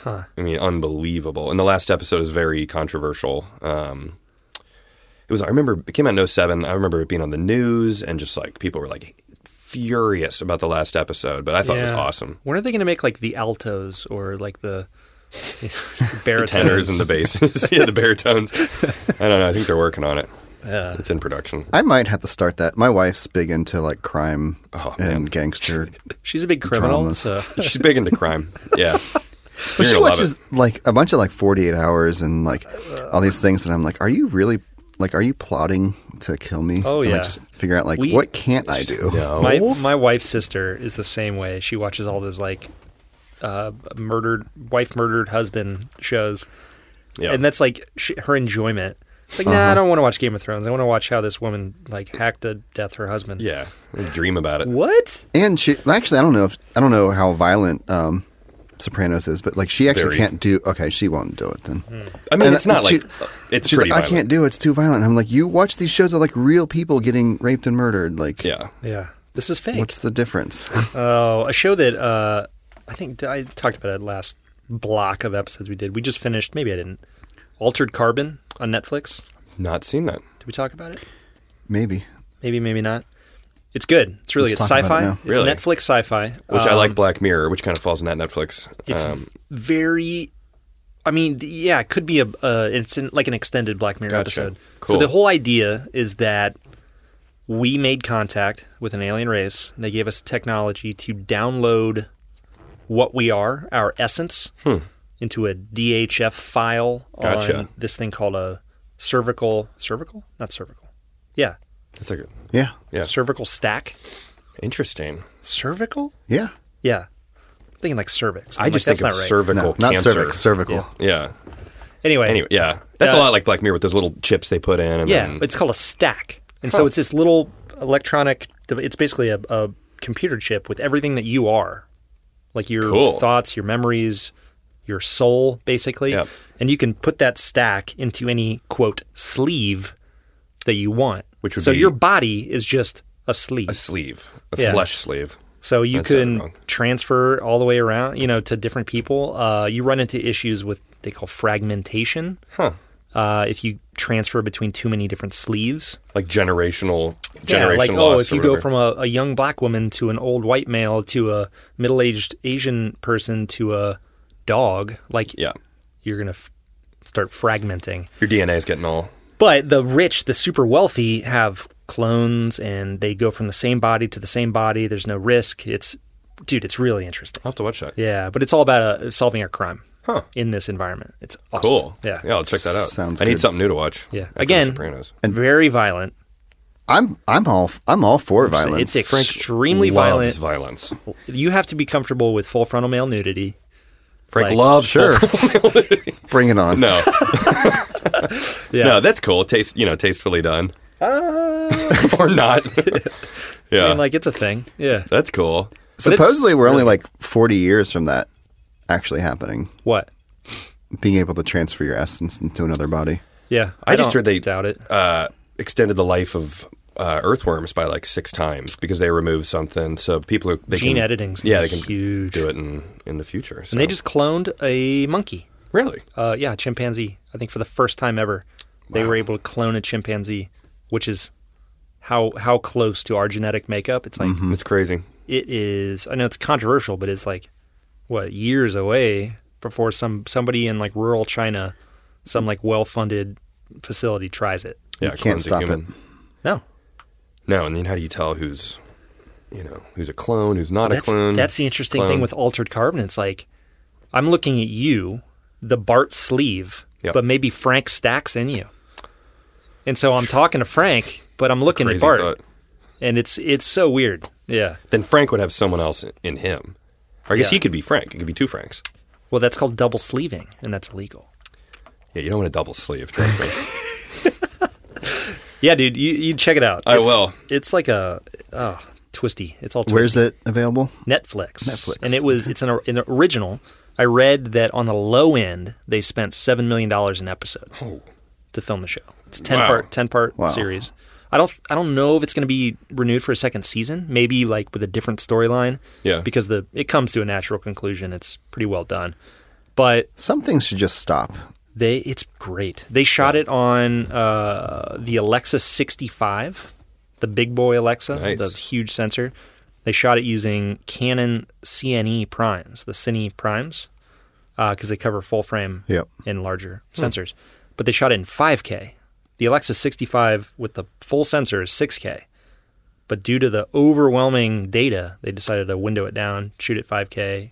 S4: I mean, unbelievable. And the last episode is very controversial. Um, it was. I remember it came out in 07. I remember it being on the news, and just like people were like furious about the last episode. But I thought it was
S2: Yeah.
S4: awesome.
S2: When are they going to make like the altos or like the baritones?
S4: Tenors and the basses, yeah, the baritones. I don't know. I think they're working on it. It's in production.
S3: I might have to start that. My wife's big into like crime
S4: Oh, man.
S3: and gangster.
S2: She's a big criminal,
S3: Dramas.
S2: so
S4: She's big into crime. Yeah,
S3: But she
S4: gonna love
S3: watches like a bunch of like 48 hours and like all these things that I'm like, are you really like, are you plotting to kill me?
S2: Oh,
S3: And,
S2: yeah.
S3: like, just figure out like,
S2: We-
S3: what can't I do?
S4: No.
S2: my my wife's sister is the same way. She watches all those like uh, murdered wife murdered husband shows,
S4: yeah.
S2: and that's like sh- her enjoyment. It's like, nah, I don't want to watch Game of Thrones. I want to watch how this woman like hacked to death her husband.
S4: Yeah, I dream about it.
S2: What?
S3: And she actually, I don't know if I don't know how violent um, Sopranos is, but like she actually
S4: Very.
S3: can't do. Okay, she won't do it then.
S4: I mean,
S3: And
S4: it's not
S3: she-
S4: like it's
S3: She's
S4: pretty.
S3: like, I can't
S4: violent.
S3: do it. It's too violent. I'm like, you watch these shows of like real people getting raped and murdered. Like,
S4: Yeah,
S2: Yeah, this is fake.
S3: what's the difference?
S2: Oh, a show that uh, I think I talked about it last block of episodes we did. We just finished. Maybe I didn't. Altered Carbon on Netflix.
S4: not seen that.
S2: Did we talk about it?
S3: Maybe.
S2: Maybe, maybe not. It's good. It's really
S3: Let's
S2: good.
S3: talk about
S2: Sci-fi.
S3: it now.
S2: it's
S4: Really?
S2: Netflix sci-fi,
S4: Which I
S2: Um,
S4: like Black Mirror, which kind of falls in that Netflix.
S2: It's
S4: um,
S2: very. I mean, d- yeah, it could be a. Uh, it's in, like an extended Black Mirror
S4: Gotcha.
S2: episode.
S4: Cool.
S2: So the whole idea is that we made contact with an alien race. And they gave us technology to download what we are, our essence, into a DHF file
S4: Hmm. Gotcha.
S2: on this thing called a cervical cervical, not cervical. Yeah,
S4: That's like
S3: Yeah.
S4: yeah.
S2: Cervical stack.
S4: Interesting.
S2: Cervical?
S3: Yeah.
S2: Yeah. I'm thinking like cervix.
S4: i
S2: I'm
S4: just
S2: like,
S4: think
S2: that's
S4: of
S2: not right.
S4: cervical
S3: No, not
S4: cancer.
S3: cervix, cervical.
S4: Yeah.
S2: Anyway.
S4: Anyway, yeah. That's a
S2: Uh,
S4: lot like Black Mirror with those little chips they put in. And
S2: Yeah,
S4: then-
S2: it's called a stack, and so it's this little electronic. It's basically a, a computer chip with everything that you are, like your
S4: Cool.
S2: thoughts, your memories, your soul, basically.
S4: Yep.
S2: And you can put that stack into any quote sleeve that you want.
S4: Which would
S2: so
S4: be-
S2: your body is just a sleeve.
S4: a sleeve, a
S2: Yeah.
S4: flesh sleeve.
S2: So you
S4: That sounded
S2: can
S4: wrong.
S2: transfer all the way around, you know, to different people. Uh, you run into issues with they call fragmentation.
S4: Huh.
S2: Uh, if you transfer between too many different sleeves,
S4: Like generational,
S2: yeah,
S4: generation
S2: like
S4: loss.
S2: oh, if
S4: or
S2: you go
S4: whatever.
S2: from a, a young black woman to an old white male to a middle-aged Asian person to a dog, like
S4: yeah,
S2: you're gonna f- start fragmenting.
S4: your DNA is getting all
S2: But the rich, the super wealthy, have clones, and they go from the same body to the same body. There's no risk. It's, dude, it's really interesting.
S4: I'll have to watch that.
S2: Yeah, but it's all about uh, solving a crime
S4: Huh.
S2: in this environment. It's awesome.
S4: Cool.
S2: Yeah.
S4: Yeah, I'll check that out.
S3: Sounds
S4: I need
S3: good.
S4: something new to watch.
S2: Yeah.
S4: after The
S2: Again,
S4: Sopranos.
S2: and very violent.
S3: I'm I'm all f- I'm all for violence.
S2: It's extremely
S4: loves
S2: violent.
S4: violence.
S2: You have to be comfortable with full frontal male nudity.
S4: Frank
S2: Like,
S4: loves
S3: sure.
S4: full-
S3: Bring it on.
S4: No,
S2: Yeah.
S4: no, that's cool. Taste, you know, tastefully done. or not. yeah,
S2: Ah. I mean, like it's a thing. Yeah.
S4: that's cool.
S2: it's
S3: Supposedly we're only like 40 years from that actually happening.
S2: What?
S3: Being able to transfer your essence into another body.
S2: Yeah.
S4: I, just
S2: don't
S4: heard they
S2: doubt it.
S4: Uh, extended the life of uh, earthworms by like six times because they removed something. So people are they
S2: Gene
S4: can,
S2: editing's
S4: Yeah, they can
S2: huge.
S4: do it in in the future. So.
S2: And they just cloned a monkey.
S4: really
S2: Uh, yeah, chimpanzee. I think for the first time ever, they were able to clone a chimpanzee, which is how how close to our genetic makeup. It's like
S3: Mm-hmm.
S4: it's crazy.
S2: it is I know it's controversial, but it's like what years away before some somebody in like rural China, some like well-funded facility tries it.
S4: Yeah,
S3: can't
S4: clones a
S3: stop
S4: human.
S3: it.
S2: No,
S4: No, and then how do you tell who's you know who's a clone, who's not
S2: that's
S4: a clone?
S2: that's the interesting
S4: clone.
S2: thing with altered carbon. It's like I'm looking at you, the Bart sleeve,
S4: Yep.
S2: but maybe Frank stacks in you, and so I'm talking to Frank, but I'm looking at
S4: crazy
S2: Bart,
S4: thought.
S2: and it's it's so weird. Yeah.
S4: Then Frank would have someone else in him. Or I guess
S2: Yeah.
S4: he could be Frank. It could be two Franks.
S2: Well, that's called double sleeving, and that's illegal.
S4: Yeah, you don't want a double sleeve. Trust me.
S2: Yeah, dude, you, you check it out.
S4: I
S2: It's-
S4: will.
S2: It's like a oh, twisty. It's all twisty.
S3: Where's it available?
S2: Netflix.
S3: Netflix.
S2: And it was it's an, or- an original. I read that on the low end they spent seven million dollars an episode to film the show. It's a ten
S4: Wow.
S2: part ten part
S3: Wow.
S2: series. I don't I don't know if it's going to be renewed for a second season. Maybe like with a different storyline.
S4: Yeah.
S2: Because the it comes to a natural conclusion. It's pretty well done. But
S3: Some things should just stop.
S2: they it's great. They shot it on uh, the Alexa 65, the big boy Alexa,
S4: Nice.
S2: the huge sensor. They shot it using Canon CNE primes, the CNE primes, because they cover full frame
S3: Yep.
S2: and larger sensors. But they shot it in 5K. The Alexa 65 with the full sensor is 6K. But due to the overwhelming data, they decided to window it down, shoot at 5K,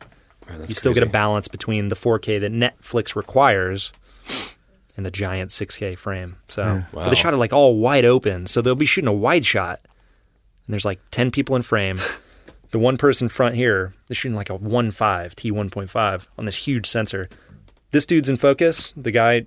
S2: you still get a balance between the 4K that Netflix requires and the giant 6K frame. So but
S4: Wow.
S2: they shot it like all wide open. So they'll be shooting a wide shot, and there's like 10 people in frame. the one person front here is shooting like a 1.5 T 1.5 on this huge sensor. This dude's in focus. The guy,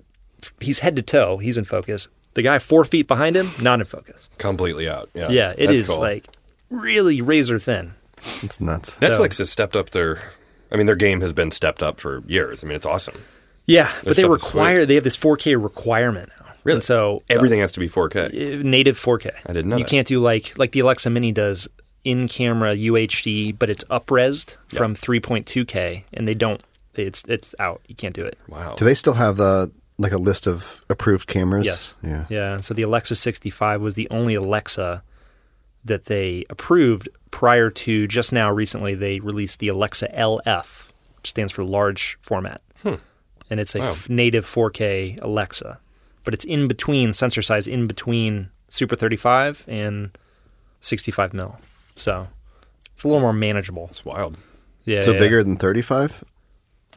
S2: he's head to toe. He's in focus. The guy four feet behind him, not in focus.
S4: completely out. Yeah,
S2: Yeah, it
S4: that's
S2: is
S4: cool.
S2: like really razor thin.
S3: It's nuts.
S4: Netflix has stepped up their. I mean, their game has been stepped up for years. I mean, it's awesome.
S2: Yeah, but they
S4: stuff is
S2: require
S4: sweet.
S2: they have this 4K requirement now.
S4: Really?
S2: And so
S4: Everything has to be 4K.
S2: uh, native 4K.
S4: I didn't know
S2: You
S4: that.
S2: can't do like like the Alexa Mini does in camera UHD, but it's upresed from 3.2K, and they don't. It's it's out. You can't do it.
S4: Wow.
S3: Do they still have the like a list of approved cameras?
S2: Yes.
S3: Yeah.
S2: Yeah. and So the Alexa 65 was the only Alexa that they approved prior to just now. Recently, they released the Alexa LF, which stands for large format,
S3: Hmm.
S2: and it's a f- native 4K Alexa, but it's in between sensor size, in between Super 35 and 65 mil. So it's a little more manageable.
S4: It's wild.
S2: Yeah.
S3: So
S2: yeah,
S3: bigger than 35?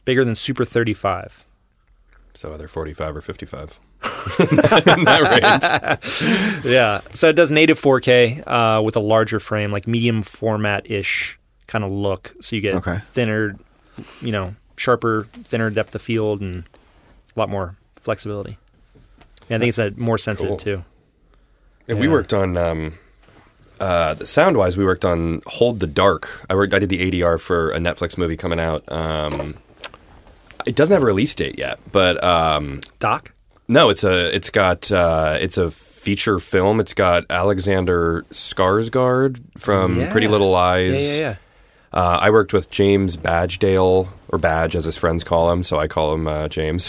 S2: bigger than Super 35.
S4: So either 45 or 55. In that range.
S2: yeah. So it does native 4K uh, with a larger frame, like medium format ish kind of look. So you get
S3: Okay.
S2: thinner, you know, sharper, thinner depth of field and a lot more flexibility. Yeah, I think it's a more sensitive
S4: Cool.
S2: too.
S4: And we
S2: Yeah.
S4: worked on um, uh, sound wise. We worked on Hold the Dark. I worked. I did the ADR for a Netflix movie coming out. Um, it doesn't have a release date yet, but um,
S2: Doc?
S4: no, it's a. It's got. Uh, it's a feature film. It's got Alexander Skarsgård from
S2: Mm, Yeah.
S4: Pretty Little
S2: Yeah,
S4: Lies.
S2: yeah, yeah.
S4: Uh, I worked with James Badgedale, or Badge as his friends call him, so I call him uh, James.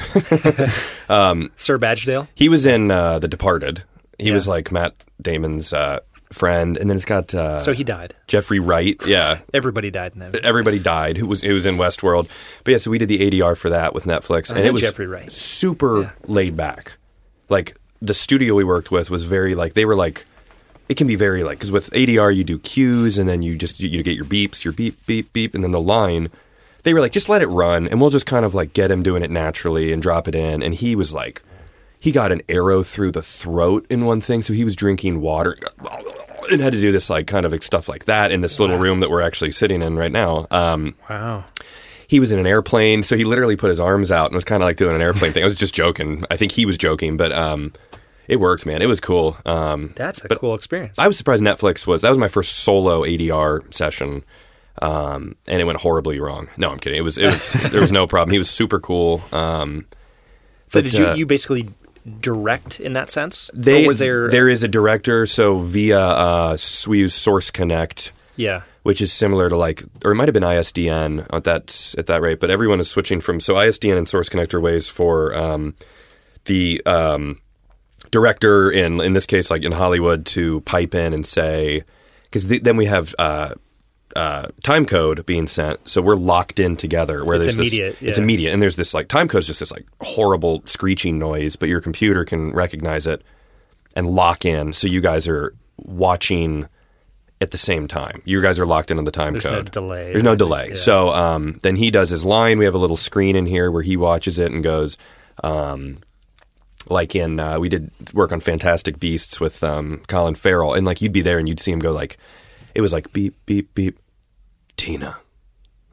S2: Sir Badgedale?
S4: He was in uh, The Departed. He
S2: Yeah.
S4: was like Matt Damon's uh, friend, and then it's got uh,
S2: So he died.
S4: Jeffrey Wright. Yeah,
S2: Everybody died
S4: Uh,
S2: in that.
S4: everybody died. Who was who was in Westworld? But yeah, so we did the ADR for that with Netflix, and
S2: know
S4: it was
S2: Jeffrey Wright.
S4: super laid back. Like the studio we worked with was very like they were like it can be very like because with ADR you do cues and then you just you, you get your beeps, your beep beep beep, and then the line. They were like just let it run, and we'll just kind of like get him doing it naturally and drop it in. And he was like. He got an arrow through the throat in one thing, so he was drinking water and had to do this like kind of stuff like that in this little room that we're actually sitting in right now. Um,
S2: Wow.
S4: he was in an airplane, so he literally put his arms out and was kind of like doing an airplane thing. I was just joking. I think he was joking, but um, it worked, man. It was cool. Um,
S2: That's a
S4: But-
S2: cool experience.
S4: I was surprised Netflix was. That was my first solo ADR session, um, and it went horribly wrong. No, I'm kidding. It was. It was. there was no problem. He was super cool. Um,
S2: so
S4: but,
S2: did you,
S4: uh,
S2: you basically direct in that sense?
S4: They,
S2: or was there,
S4: there is a director, so via uh, we use Source Connect.
S2: Yeah.
S4: which is similar to like, or it might have been ISDN at that at that rate. But everyone is switching from so ISDN and Source Connector ways for um, the um, director in in this case, like in Hollywood, to pipe in and say because th- then we have. Uh, uh, time code being sent, so we're locked in together. Where
S2: It's
S4: there's
S2: immediate,
S4: This, It's
S2: yeah.
S4: immediate, and there's this like time code's just this like horrible screeching noise, but your computer can recognize it and lock in. So you guys are watching at the same time. You guys are locked in on the time
S2: There's no
S4: code.
S2: delay.
S4: There's no delay.
S2: Yeah.
S4: So um, then he does his line. We have a little screen in here where he watches it and goes, um, like in uh, we did work on Fantastic Beasts with um, Colin Farrell, and like you'd be there and you'd see him go like, it was like beep beep beep, Tina,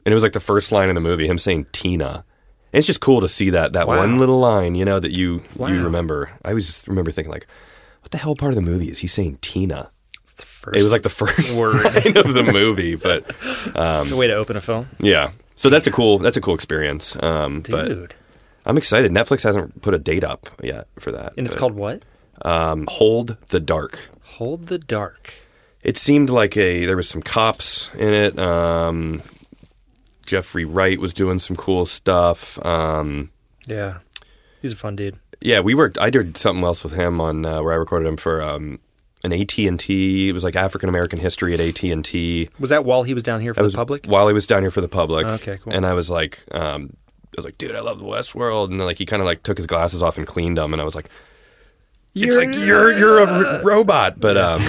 S4: and it was like the first line in the movie, him saying Tina. And it's just cool to see that that
S2: Wow.
S4: one little line, you know, that you you
S2: Wow.
S4: remember. I always just remember thinking like, what the hell part of the movie is he saying Tina?
S2: The first
S4: It was like the first
S2: word.
S4: line of the movie, but
S2: it's a way to open a film.
S4: yeah. So that's a cool that's a cool experience. Um, but
S2: Dude.
S4: I'm excited. Netflix hasn't put a date up yet for that.
S2: and it's
S4: but,
S2: called what?
S4: um, Hold the Dark.
S2: Hold the Dark.
S4: It seemed like a there was some cops in it. Um, Jeffrey Wright was doing some cool stuff. Um,
S2: Yeah. He's a fun dude.
S4: yeah, we worked. I did something else with him on uh, where I recorded him for um, an AT and T. It was like African American history at AT and T.
S2: Was that while he was down here for
S4: I
S2: the
S4: was
S2: public?
S4: while he was down here for the public.
S2: Okay, cool.
S4: And I was like, um, I was like, dude, I love the Westworld. And then like he kind of like took his glasses off and cleaned them, and I was like, it's like you're you're a r- robot, but um,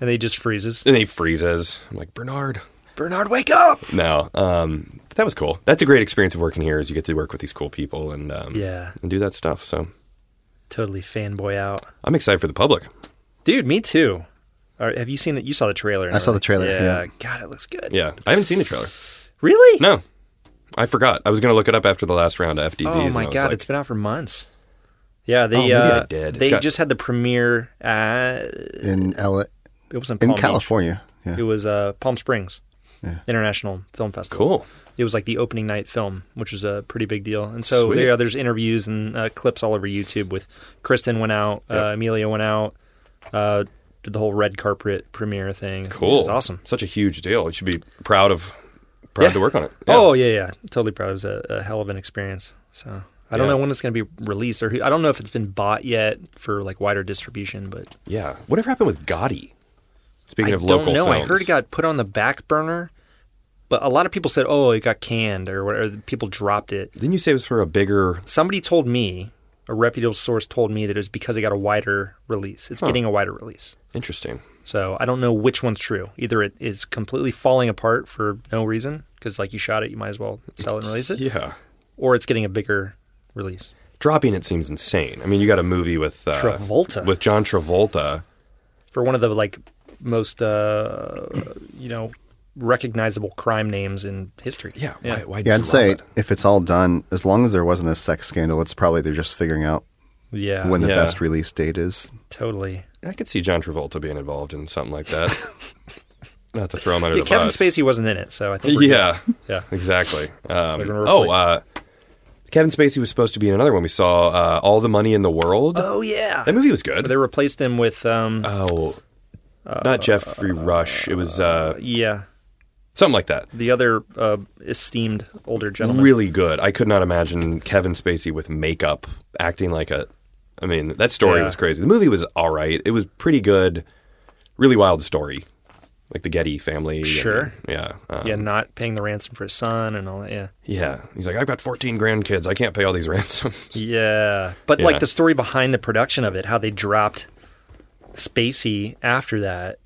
S2: And he just freezes.
S4: and then he freezes. I'm like Bernard.
S2: Bernard, wake up!
S4: No, um, that was cool. That's a great experience of working here, is you get to work with these cool people and um,
S2: Yeah.
S4: and do that stuff. So
S2: Totally fanboy out.
S4: I'm excited for the public.
S2: Dude, me too. All right, have you seen that? You saw the trailer.
S3: I saw the trailer, yeah.
S2: God, it looks good.
S4: Yeah, I haven't seen the trailer.
S2: Really?
S4: No, I forgot. I was gonna look it up after the last round of FDBs.
S2: Oh
S4: and I
S2: my
S4: was
S2: God,
S4: like,
S2: it's been out for months. Yeah, they
S4: Oh, maybe I
S2: uh,
S4: did. It's
S2: they
S4: got-
S2: just had the premiere. At,
S3: in L-
S2: it was in,
S3: in
S2: Palm Beach.
S3: California. Yeah.
S2: It was uh, Palm Springs
S3: Yeah.
S2: International Film Festival.
S4: cool.
S2: It was like the opening night film, which was a pretty big deal. And so
S4: Sweet.
S2: there, there's interviews and uh, clips all over YouTube with Kristen went out, uh, Amelia went out, uh, did the whole red carpet premiere thing.
S4: Cool.
S2: It was awesome.
S4: Such a huge deal. You should be proud of proud
S2: Yeah.
S4: to work on it.
S2: Oh yeah, yeah, totally proud. It was a, a hell of an experience. So I don't
S4: Yeah.
S2: know when it's going to be released or who, I don't know if it's been bought yet for like wider distribution, but
S4: yeah. Whatever happened with Gotti? Speaking
S2: I
S4: of
S2: don't
S4: local
S2: know.
S4: films,
S2: I heard it got put on the back burner, but a lot of people said, "Oh, it got canned," or whatever. People dropped it.
S4: Didn't you say it was for a bigger?
S2: Somebody told me, a reputable source told me that it was because it got a wider release. It's getting a wider release.
S4: Interesting.
S2: So I don't know which one's true. Either it is completely falling apart for no reason because like you shot it, you might as well sell it and release it,
S4: Yeah.
S2: or it's getting a bigger release.
S4: Dropping it seems insane. I mean, you got a movie with uh,
S2: Travolta.
S4: with John Travolta.
S2: for one of the like most uh, you know recognizable crime names in history.
S4: Why, why
S3: Yeah, I'd
S4: drop
S3: say
S4: it?
S3: if it's all done, as long as there wasn't a sex scandal, it's probably they're just figuring out
S2: yeah,
S3: when the
S4: Yeah.
S3: best release date is.
S2: totally.
S4: I could see John Travolta being involved in something like that. Not to throw him under
S2: Yeah,
S4: the
S2: Kevin
S4: bus.
S2: Spacey wasn't in it, so I think we're
S4: Yeah,
S2: good. yeah.
S4: exactly. Um,
S2: Like when we were
S4: oh,
S2: playing-
S4: uh, Kevin Spacey was supposed to be in another one. We saw uh, All the Money in the World.
S2: Oh yeah,
S4: that movie was good.
S2: they replaced him with um,
S4: oh, not Jeffrey Rush. It was uh,
S2: yeah
S4: something like that.
S2: the other uh, esteemed older gentleman.
S4: Really good. I could not imagine Kevin Spacey with makeup acting like a. I mean, that story
S2: Yeah.
S4: was crazy. The movie was all right. It was pretty good. Really wild story, like the Getty family. and-
S2: Sure.
S4: yeah. um,
S2: Yeah, not paying the ransom for his son and all that. Yeah,
S4: Yeah. He's like, I've got 14 grandkids. I can't pay all these ransoms.
S2: yeah. But
S4: Yeah.
S2: like the story behind the production of it, how they dropped Spacey after that.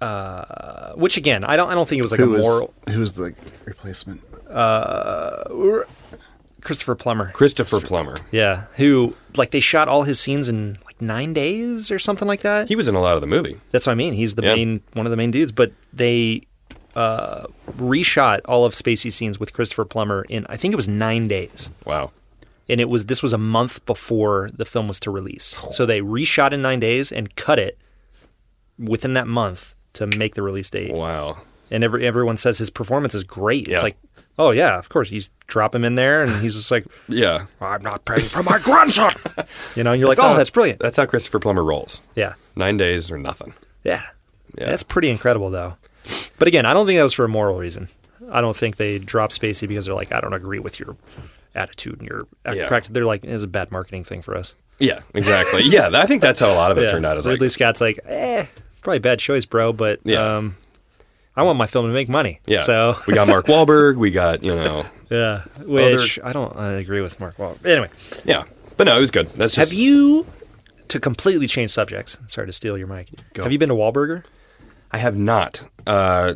S2: Uh, which again, I don't. I don't think it was like
S3: Who
S2: a
S3: was
S2: moral.
S3: who was the replacement?
S2: Christopher Plummer.
S4: Christopher Plummer.
S2: Yeah, who like they shot all his scenes in like nine days or something like that.
S4: He was in a lot of the movie.
S2: That's what I mean. He's the
S4: Yeah.
S2: main one of the main dudes, but they uh, reshot all of Spacey scenes with Christopher Plummer in I think it was nine days,
S4: Wow.
S2: and it was this was a month before the film was to release. So they reshot in nine days and cut it within that month to make the release date.
S4: Wow.
S2: And every, everyone says his performance is great.
S4: Yeah.
S2: It's like, oh yeah, of course. He's drop him in there, and he's just like,
S4: Yeah.
S2: I'm not paying for my grandson. you know, and you're like, oh, that's brilliant.
S4: That's how Christopher Plummer rolls.
S2: Yeah.
S4: Nine days or nothing.
S2: Yeah.
S4: Yeah.
S2: That's pretty incredible, though. But again, I don't think that was for a moral reason. I don't think they dropped Spacey because they're like, I don't agree with your attitude and your act-
S4: Yeah.
S2: practice. They're like, it's a bad marketing thing for us.
S4: Yeah, exactly. yeah, I think that's how a lot of it turned out. Is like,
S2: Ridley Scott's like, eh, probably bad choice, bro, but
S4: Yeah.
S2: um, I want my film to make money.
S4: yeah.
S2: So,
S4: we got Mark Wahlberg. We got you know,
S2: yeah.
S4: they're-
S2: Which I don't I agree with Mark Wahlberg. Anyway,
S4: yeah. But no, it was good. That's just
S2: have you, to completely change subjects, sorry to steal your mic,
S4: Go.
S2: have you been to Wahlburger?
S4: I have not. Uh,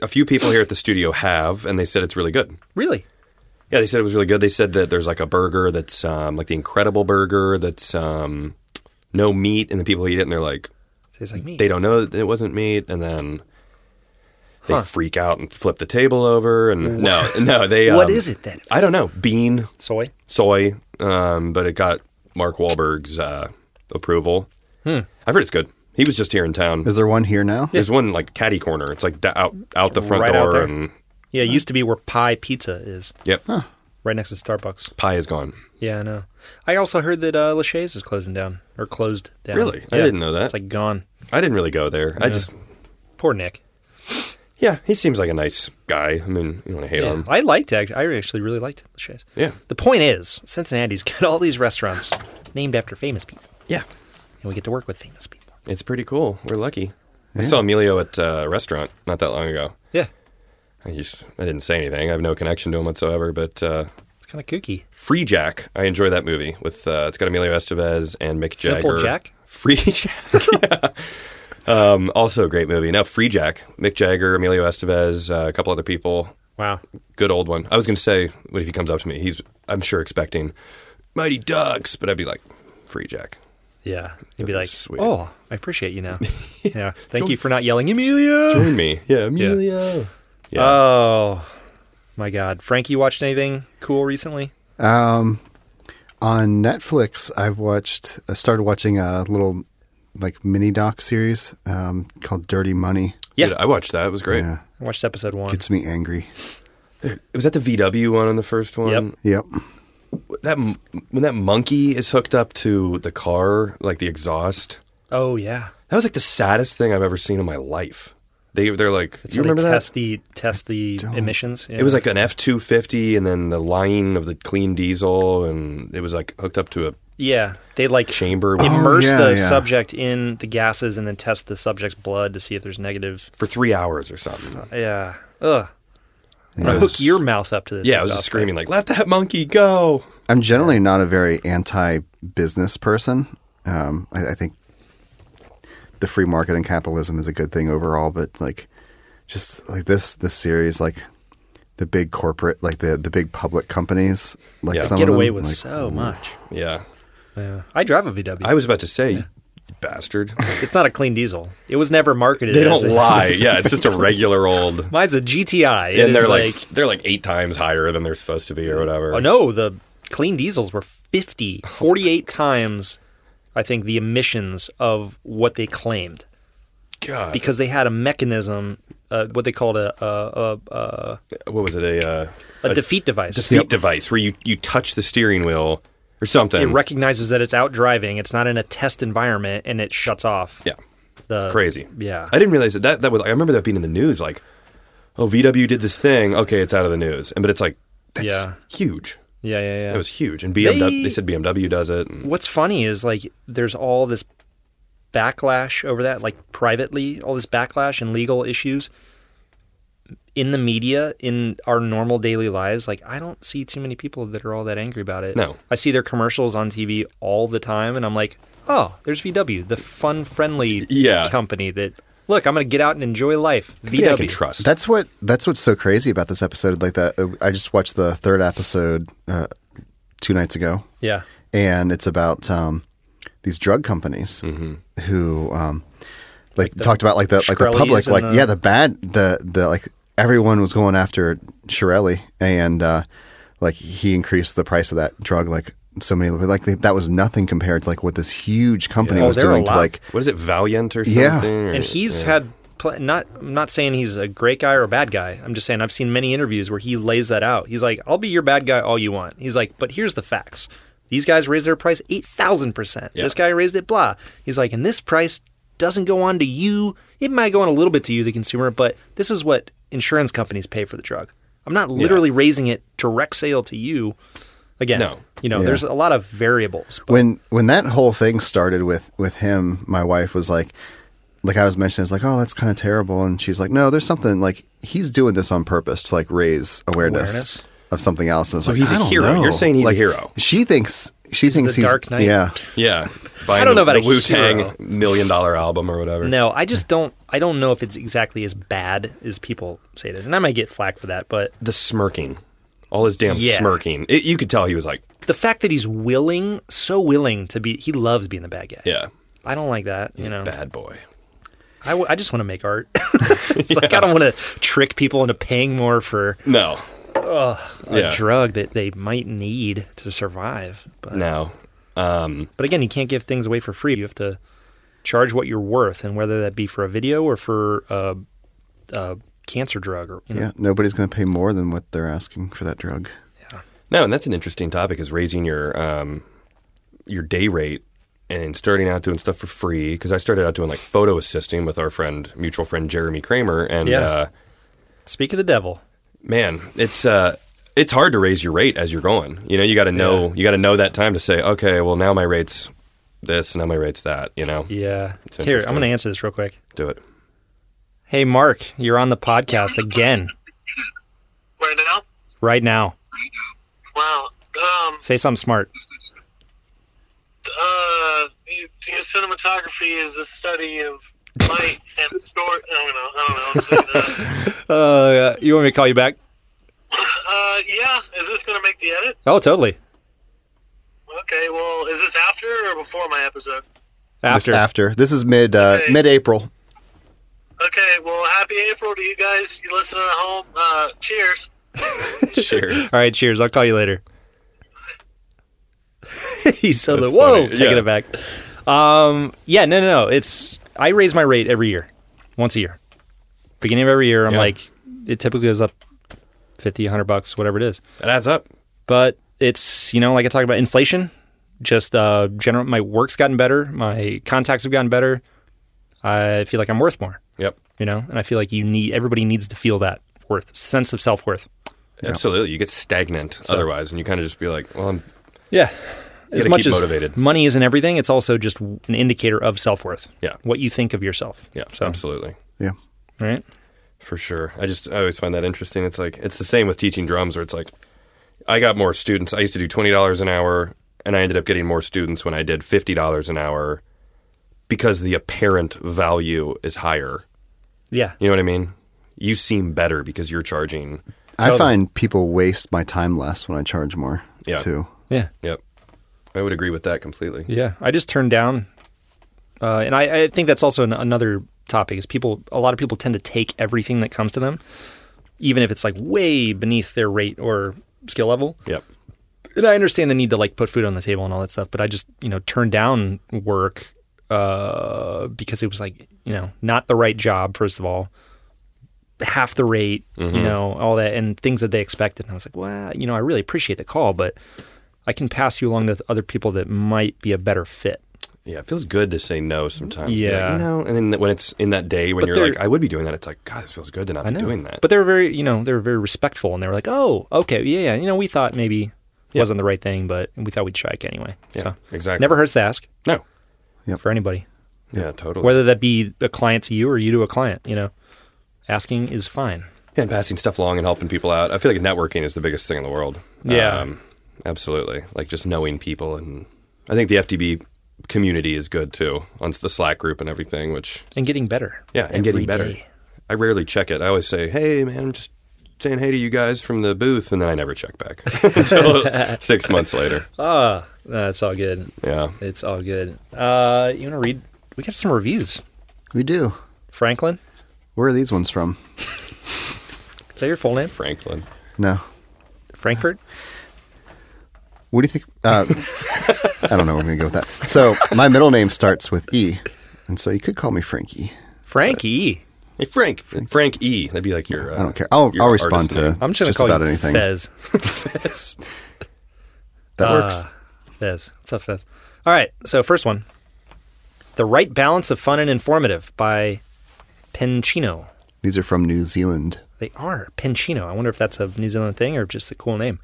S4: a few people here at the studio have, and they said it's really good.
S2: Really?
S4: Yeah, they said it was really good. They said that there's like a burger that's um, like the Incredible Burger that's um, no meat, and the people eat it, and they're like,
S2: Tastes like me.
S4: they don't know that it wasn't meat, and then they freak out and flip the table over. And no, no, they. Um,
S2: What is it then?
S4: I don't know. Bean,
S2: Soy?
S4: soy, um, but it got Mark Wahlberg's uh, approval.
S2: Hmm.
S4: I've heard it's good. He was just here in town.
S3: Is there one here now?
S4: There's one like catty corner. It's like da- out out the front
S2: Right out
S4: door,
S2: there.
S4: and
S2: Yeah, it used to be where Pie Pizza is,
S4: yep,
S2: right next to Starbucks.
S4: pie is gone.
S2: Yeah, I know. I also heard that uh, Lachey's is closing down or closed down.
S4: Really? I
S2: Yeah.
S4: didn't know that.
S2: It's like gone.
S4: I didn't really go there. I just
S2: Poor Nick.
S4: yeah, he seems like a nice guy. I mean, you want to hate
S2: Yeah.
S4: him?
S2: Um, I liked. act- I actually really liked Lachey's.
S4: Yeah,
S2: The point is, Cincinnati's got all these restaurants named after famous people,
S4: yeah,
S2: and we get to work with famous people.
S4: it's pretty cool. We're lucky. I saw Emilio at uh, a restaurant not that long ago.
S2: Yeah,
S4: I just I didn't say anything. I have no connection to him whatsoever, but. Uh,
S2: it's kind of kooky.
S4: Free Jack. I enjoy that movie with uh, it's got Emilio Estevez and Mick Jagger.
S2: Simple Jack?
S4: Free Jack. yeah. Um, also a great movie. Now Free Jack. Mick Jagger, Emilio Estevez, uh, a couple other people.
S2: Wow.
S4: Good old one. I was going to say, what if he comes up to me? He's I'm sure expecting Mighty Ducks, but I'd be like Free Jack.
S2: Yeah, you'd be
S4: That's
S2: like,
S4: sweet.
S2: "Oh, I appreciate you now." yeah, thank you for not yelling, Emilio.
S4: Join me. Yeah, Emilio. Yeah.
S2: Oh my God, Frank, you watched anything cool recently?
S3: Um, on Netflix, I've watched. I started watching a little like mini doc series um, called Dirty Money.
S2: Yeah.
S4: Dude, I watched that. It was great.
S3: Yeah,
S2: I watched episode one.
S3: gets me angry.
S4: It was that the VW one on the first one.
S2: Yep.
S3: Yep.
S4: That m- when that monkey is hooked up to the car, like the exhaust.
S2: Oh yeah.
S4: That was like the saddest thing I've ever seen in my life. They they're like, you
S2: So they
S4: remember that?
S2: test the test the emissions.
S4: It was like an F two fifty, and then the line of the clean diesel, and it was like hooked up to a
S2: yeah, they like
S4: chamber with-
S2: immerse
S3: Oh, yeah,
S2: the
S3: yeah.
S2: subject in the gases and then test the subject's blood to see if there's negative.
S4: for three hours or something.
S2: Yeah. Ugh.
S4: I
S2: Hook
S4: was-
S2: your mouth up to this.
S4: yeah, I was
S2: stuff,
S4: just screaming like, "Let that monkey go!"
S3: I'm generally not a very anti-business person. Um, I, I think the free market and capitalism is a good thing overall, but like, just like this this series, like the big corporate, like the the big public companies, like
S4: Yeah.
S3: some
S2: Get
S3: of them,
S2: away with
S3: like, mm.
S2: so much.
S4: Yeah.
S2: Yeah. I drive a VW.
S4: I was about to say, you bastard.
S2: it's not a clean diesel. It was never marketed.
S4: They
S2: as
S4: don't
S2: a-
S4: lie. Yeah, it's just a regular old.
S2: Mine's a GTI. It
S4: and they're
S2: is
S4: like, they're like eight times higher than they're supposed to be or whatever.
S2: Oh no, the clean diesels were 50, 48 times I think the emissions of what they claimed
S4: God.
S2: because they had a mechanism uh, what they called a a, a, a,
S4: what was it? A uh,
S2: a defeat device.
S4: feet device where you you touch the steering wheel or something.
S2: It recognizes that it's out driving, it's not in a test environment and it shuts off.
S4: yeah,
S2: The
S4: crazy.
S2: Yeah.
S4: I didn't realize that, that that was. I remember that being in the news. Like, oh, VW did this thing. Okay, it's out of the news. And but it's like that's
S2: Yeah.
S4: huge.
S2: yeah, yeah, yeah.
S4: It was huge. And BMW. They,
S2: They-
S4: said BMW does it. And,
S2: what's funny is like there's all this backlash over that like privately all this backlash and legal issues in the media in our normal daily lives like i don't see too many people that are all that angry about it
S4: No.
S2: i see their commercials on tv all the time and i'm like oh there's vw the fun friendly
S4: Yeah.
S2: company that look i'm gonna get out and enjoy life vw
S4: yeah, I can trust.
S3: That's what that's what's so crazy about this episode. Like that, uh, I just watched the third episode uh, two nights ago,
S2: yeah
S3: and it's about um, these drug companies
S2: Mm-hmm.
S3: who um, like, talked about like the like the
S2: Shkreli's
S3: public,
S2: and
S3: like
S2: the-
S3: yeah, the bad, the the like everyone was going after Shirelli, and uh, like he increased the price of that drug like so many like that was nothing compared to like what this huge company
S2: Yeah. Oh,
S3: was
S2: they're a
S3: doing to
S2: lot.
S3: like
S4: what is it? Valiant or something?
S3: Yeah.
S4: Or-
S2: and he's had pl- not I'm not saying he's a great guy or a bad guy. I'm just saying I've seen many interviews where he lays that out. He's like, "I'll be your bad guy all you want." He's like, "But here's the facts. These guys raised their price 8,000%.
S4: Yeah.
S2: This guy raised it blah." He's like, "And this price doesn't go on to you. It might go on a little bit to you the consumer, but this is what insurance companies pay for the drug. I'm not literally raising it direct sale to you." Again,
S4: No.
S2: you know, there's a lot of variables. But
S3: when when that whole thing started with with him my wife was like like i was mentioning it's like oh that's kind of terrible and she's like no there's something like he's doing this on purpose to like raise awareness,
S2: Awareness?
S3: of something else and so
S4: he's a hero. You're saying he's a hero.
S3: she thinks she thinks
S2: the
S3: he's
S2: Dark Knight.
S3: yeah
S4: Yeah, buying
S2: I don't know
S4: the-
S2: about
S4: the
S2: a
S4: Wu Tang
S2: hero.
S4: million dollar album or whatever.
S2: No, I just don't. I don't know if it's exactly as bad as people say it is, and I might get flack for that. But
S4: The smirking, all his damn
S2: Yeah.
S4: smirking. It, you could tell he was like,
S2: the fact that he's willing, so willing to be, he loves being the bad guy.
S4: yeah,
S2: I don't like that.
S4: he's
S2: you know,
S4: a bad boy.
S2: I, w- I just want to make art. it's like I don't want to trick people into paying more for
S4: No,
S2: a
S4: Yeah.
S2: drug that they might need to survive. But,
S4: no. um,
S2: but again, you can't give things away for free. You have to charge what you're worth, and whether that be for a video or for a, a cancer drug or you know,
S3: yeah nobody's going to pay more than what they're asking for that drug
S4: No, and that's an interesting topic is raising your um, your day rate and starting out doing stuff for free. Because I started out doing like photo assisting with our friend, mutual friend Jeremy Kramer, and
S2: Yeah.
S4: uh,
S2: speak of the devil.
S4: man, it's uh, it's hard to raise your rate as you're going. You know, you got to know you got to know that time to say, okay, well now my rate's this, now my rate's that. You know,
S2: Yeah.
S4: It's
S2: Here, I'm
S4: interesting.
S2: going to answer this real quick.
S4: do it.
S2: Hey, Mark, you're on the podcast again
S5: Where now?
S2: right now.
S5: Wow. Um.
S2: Say something smart.
S5: Uh. you- you know, Cinematography is the study of light and story. I don't know. I don't know. I'm just, uh,
S2: Uh, you want me to call you back?
S5: uh. Yeah. Is this gonna make the edit?
S2: Oh, totally.
S5: Okay. Well, is this after or before my episode?
S3: This
S2: After.
S3: after this is mid uh,
S5: Okay.
S3: mid april
S5: Okay. Well, happy April to you guys. You listening at home? Uh. Cheers.
S4: Cheers.
S2: All right, cheers. I'll call you later. He's so
S4: That's
S2: the whoa,
S4: funny.
S2: taking
S4: Yeah.
S2: it back. Um, yeah, no, no, no. It's I raise my rate every year, once a year, beginning of every year. I'm
S4: Yeah.
S2: like, it typically goes up 50, 100 bucks, whatever it is.
S4: that adds up.
S2: but it's you know like I talk about inflation. Just uh, general, my work's gotten better. My contacts have gotten better. I feel like I'm worth more,
S4: Yep.
S2: you know, and I feel like you need everybody needs to feel that worth, sense of self worth.
S4: Absolutely, you get stagnant otherwise, and you kind of just be like, "Well, I'm
S2: Yeah, as
S4: gotta
S2: much
S4: keep
S2: as
S4: motivated.
S2: money isn't everything, it's also just an indicator of self worth.
S4: Yeah.
S2: what you think of yourself.
S4: yeah,
S2: so
S4: absolutely."
S3: yeah
S2: right.
S4: For sure. I just I always find that interesting. It's like it's the same with teaching drums where it's like I got more students. I used to do twenty dollars an hour and I ended up getting more students when I did fifty dollars an hour because the apparent value is higher.
S2: Yeah,
S4: You know what I mean? You seem better because you're charging
S3: I
S2: Totally.
S3: find people waste my time less when I charge more.
S4: Yeah.
S3: Too.
S2: Yeah.
S4: Yep. I would agree with that completely.
S2: Yeah, I just turned down, uh, and I, I think that's also an, another topic is people. A lot of people tend to take everything that comes to them, even if it's like way beneath their rate or skill level.
S4: Yep.
S2: And I understand the need to like put food on the table and all that stuff, but I just you know turned down work uh, because it was like you know not the right job first of all, half the rate, you know all that and things that they expected. And I was like, well, you know, I really appreciate the call, but I can pass you along to other people that might be a better fit.
S4: Yeah, it feels good to say no sometimes. Be like,
S2: Yeah.
S4: you know, and then when it's in that day when
S2: But
S4: you're like,
S2: they're-
S4: I would be doing that, it's like, God, this feels good to not
S2: I
S4: be
S2: know.
S4: doing that.
S2: But they were very, you know, they were very respectful, and they were like, "Oh, okay, yeah, yeah. you know, we thought maybe it wasn't the right thing, but we thought we'd check anyway."
S4: Yeah,
S2: so
S4: exactly.
S2: Never hurts to ask
S4: no.
S2: for anybody,
S4: Yeah, totally.
S2: whether that be a client to you or you to a client. You know, asking is fine.
S4: Yeah, and passing stuff along and helping people out. I feel like networking is the biggest thing in the world.
S2: Yeah.
S4: absolutely. Like just knowing people, and I think the FDB community is good too on the Slack group and everything. Which
S2: And getting better.
S4: yeah, and
S2: every
S4: getting better.
S2: day.
S4: I rarely check it. I always say, "Hey, man, I'm just saying hey to you guys from the booth," and then I never check back until six months later.
S2: Ah, that's all good.
S4: Yeah,
S2: It's all good. Uh, you want to read? We got some reviews.
S3: We do.
S2: Franklin,
S3: Where are these ones from?
S2: is that your full name?
S4: Franklin.
S3: No.
S2: Frankfurt.
S4: Uh,
S3: What do you think? Uh, I don't know. where I'm gonna go with that. So my middle name starts with E, and so you could call me Frankie.
S2: Frankie.
S4: Hey, Frank. Frank, E. That'd be like your. Uh,
S3: I don't care. I'll
S4: your
S3: I'll respond
S4: artist
S3: to
S4: name.
S2: I'm just gonna call
S3: about
S2: you
S3: anything
S2: Fez.
S3: that works.
S2: Ah, Fez. What's up, Fez? All right. So, first one The Right Balance of Fun and Informative by Penchino.
S3: These are from New Zealand.
S2: They are Penchino. I wonder if that's a New Zealand thing or just a cool name.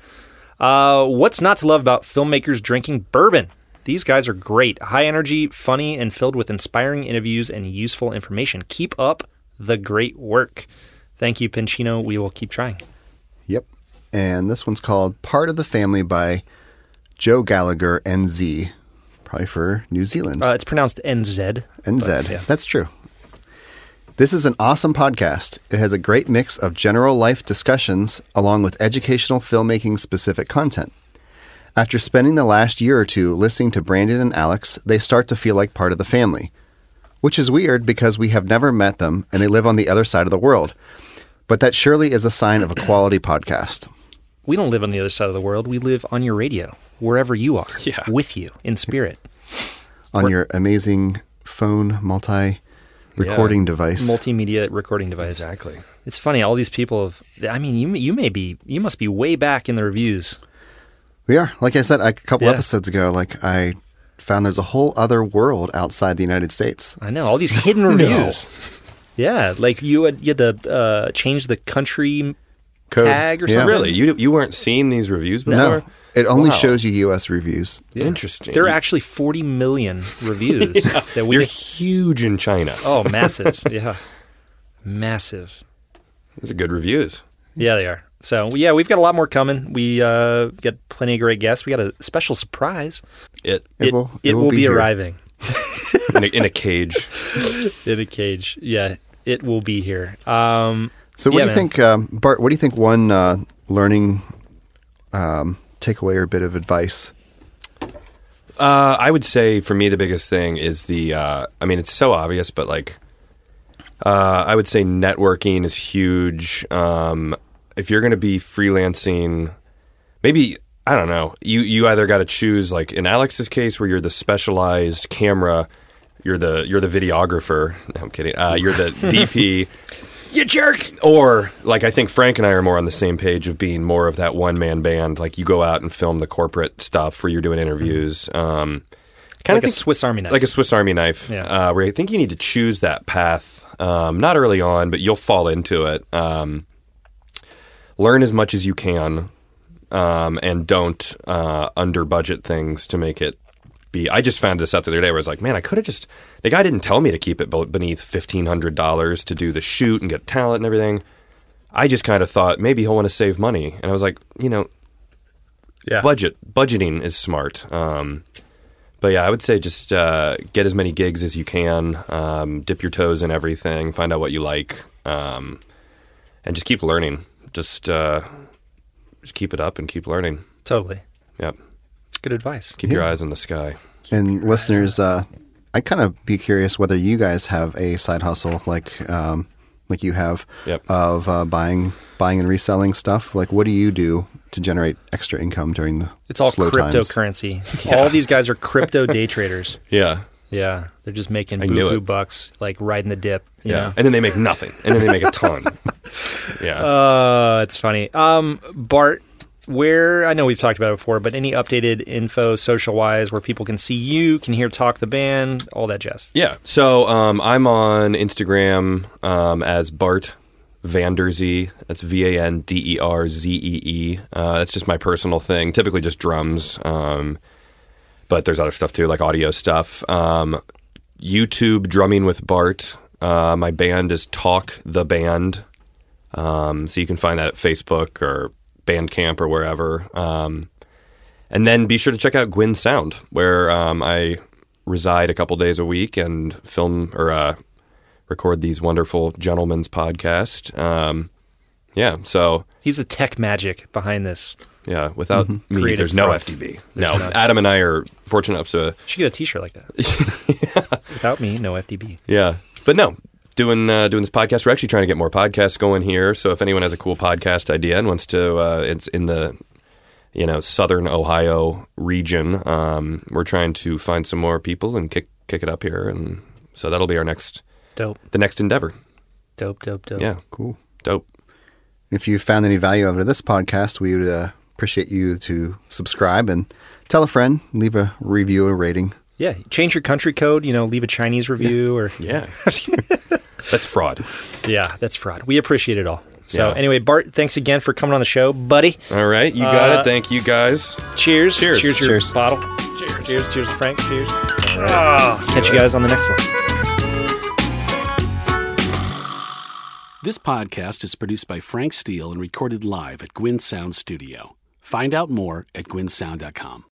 S2: Uh, what's not to love about filmmakers drinking bourbon? These guys are great, high energy, funny, and filled with inspiring interviews and useful information. Keep up the great work. Thank you, Pinchino. We will keep trying.
S3: Yep. And this one's called Part of the Family by Joe Gallagher NZ, probably for New Zealand.
S2: Uh, it's pronounced NZ.
S3: NZ. That's true. This is an awesome podcast. It has a great mix of general life discussions along with educational filmmaking specific content. After spending the last year or two listening to Brandon and Alex, they start to feel like part of the family, which is weird because we have never met them and they live on the other side of the world. But that surely is a sign of a quality podcast.
S2: we don't live on the other side of the world. We live on your radio, wherever you are,
S4: Yeah.
S2: with you in spirit.
S3: on your amazing phone multi recording device.
S2: Multimedia recording device.
S4: Exactly.
S2: It's funny. All these people have. I mean, you you may be you must be way back in the reviews.
S3: we are, like I said, a couple
S2: Yeah.
S3: episodes ago, like I found there's a whole other world outside the United States.
S2: I know all these hidden reviews. Yeah, like you had you had to uh, change the country
S3: Code.
S2: tag or
S3: Yeah.
S2: something.
S4: Oh, Really? You you weren't seeing these reviews before?
S3: No, it only
S4: Wow.
S3: shows you U.S. reviews.
S4: Interesting.
S2: There are actually 40 million reviews that we
S4: You're
S2: get-
S4: huge in China.
S2: Oh, massive. yeah. Massive.
S4: Those are good reviews.
S2: Yeah, they are. So yeah, we've got a lot more coming. We uh, got plenty of great guests. We got a special surprise.
S4: It
S3: It will- it will
S2: will
S3: be
S2: be,
S3: here.
S2: arriving
S4: in a, in a cage.
S2: in a cage. Yeah, it will be here. Um,
S3: So, what
S2: Yeah,
S3: do you
S2: man.
S3: think, um, Bart? What do you think? One uh, learning um, takeaway or bit of advice?
S4: Uh, I would say for me the biggest thing is the. Uh, I mean, it's so obvious, but like, uh, I would say networking is huge. Um, if you're going to be freelancing, maybe I don't know. You you either got to choose like in Alex's case where you're the specialized camera, you're the you're the videographer. No, I'm kidding. Uh, you're the DP.
S2: you jerk!
S4: or like I think Frank and I are more on the same page of being more of that one man band. Like you go out and film the corporate stuff where you're doing interviews. Um, kind
S2: Like a Swiss Army knife.
S4: Like a Swiss Army knife.
S2: Yeah.
S4: Uh, where I think you need to choose that path. Um, not early on, but you'll fall into it. Um, learn as much as you can, um, and don't uh, under budget things to make it. Be, I just found this out the other day where I was like, man, I could have just, the guy didn't tell me to keep it be- beneath $1,500 to do the shoot and get talent and everything. I just kind of thought maybe he'll want to save money, and I was like, you know,
S2: Yeah.
S4: budget budgeting is smart. Um, but yeah, I would say just uh, get as many gigs as you can, um, dip your toes in everything, find out what you like, um, and just keep learning. just uh, just keep it up and keep learning.
S2: Totally.
S4: Yep.
S2: It's good advice.
S4: Keep your eyes on the sky.
S3: And listeners, uh, I'd kind of be curious whether you guys have a side hustle like um, like you have
S4: Yep.
S3: of uh, buying buying and reselling stuff. Like, what do you do to generate extra income during the
S2: It's all
S3: slow times?
S2: cryptocurrency. All these guys are crypto day traders.
S4: Yeah.
S2: Yeah, they're just making
S4: I knew
S2: boo boo
S4: it.
S2: bucks, like riding the dip. you
S4: Yeah.
S2: know?
S4: And then they make nothing. And then they make a ton. yeah.
S2: Uh, it's funny. Um, Bart, where I know we've talked about it before, but any updated info social wise where people can see you, can hear talk the band, all that jazz.
S4: Yeah. So um, I'm on Instagram um, as Bart Vanderzee. That's V A N D E R Z E E. Uh, That's just my personal thing. Typically just drums, um, but there's other stuff too, like audio stuff. Um, YouTube drumming with Bart. Uh, my band is Talk the Band. Um, so you can find that at Facebook or Bandcamp or wherever. Um, and then be sure to check out Gwyn Sound, where um, I reside a couple days a week and film or uh, record these wonderful gentlemen's podcast. Um, yeah, so
S2: He's the tech magic behind this.
S4: yeah, without me,
S2: Mm-hmm. Creative
S4: there's no
S2: front.
S4: FTB. No, Adam and I are fortunate enough to
S2: You should get a t shirt like that. Without me, no FDB.
S4: yeah, but no. Doing, uh, doing this podcast, we're actually trying to get more podcasts going here. So if anyone has a cool podcast idea and wants to, uh, it's in the you know southern Ohio region. Um, we're trying to find some more people and kick kick it up here, and so that'll be our next
S2: Dope,
S4: the next endeavor.
S2: dope, dope, dope.
S4: Yeah,
S3: Cool.
S4: dope.
S3: If you found any value out of this podcast, we would uh, appreciate you to subscribe and tell a friend, leave a review, a rating.
S2: Yeah, change your country code. You know, leave a Chinese review or
S4: Yeah, that's fraud.
S2: yeah, that's fraud. We appreciate it all. So
S4: Yeah.
S2: anyway, Bart, thanks again for coming on the show, buddy.
S4: All right, you got
S2: Uh,
S4: it. Thank you guys.
S2: Cheers,
S4: Cheers.
S2: cheers, your
S3: Cheers.
S2: bottle. Cheers, cheers, cheers, Frank. Cheers. Ah, catch you guys on the next one.
S6: This podcast is produced by Frank Steele and recorded live at Gwyn Sound Studio. Find out more at gwynsound.com.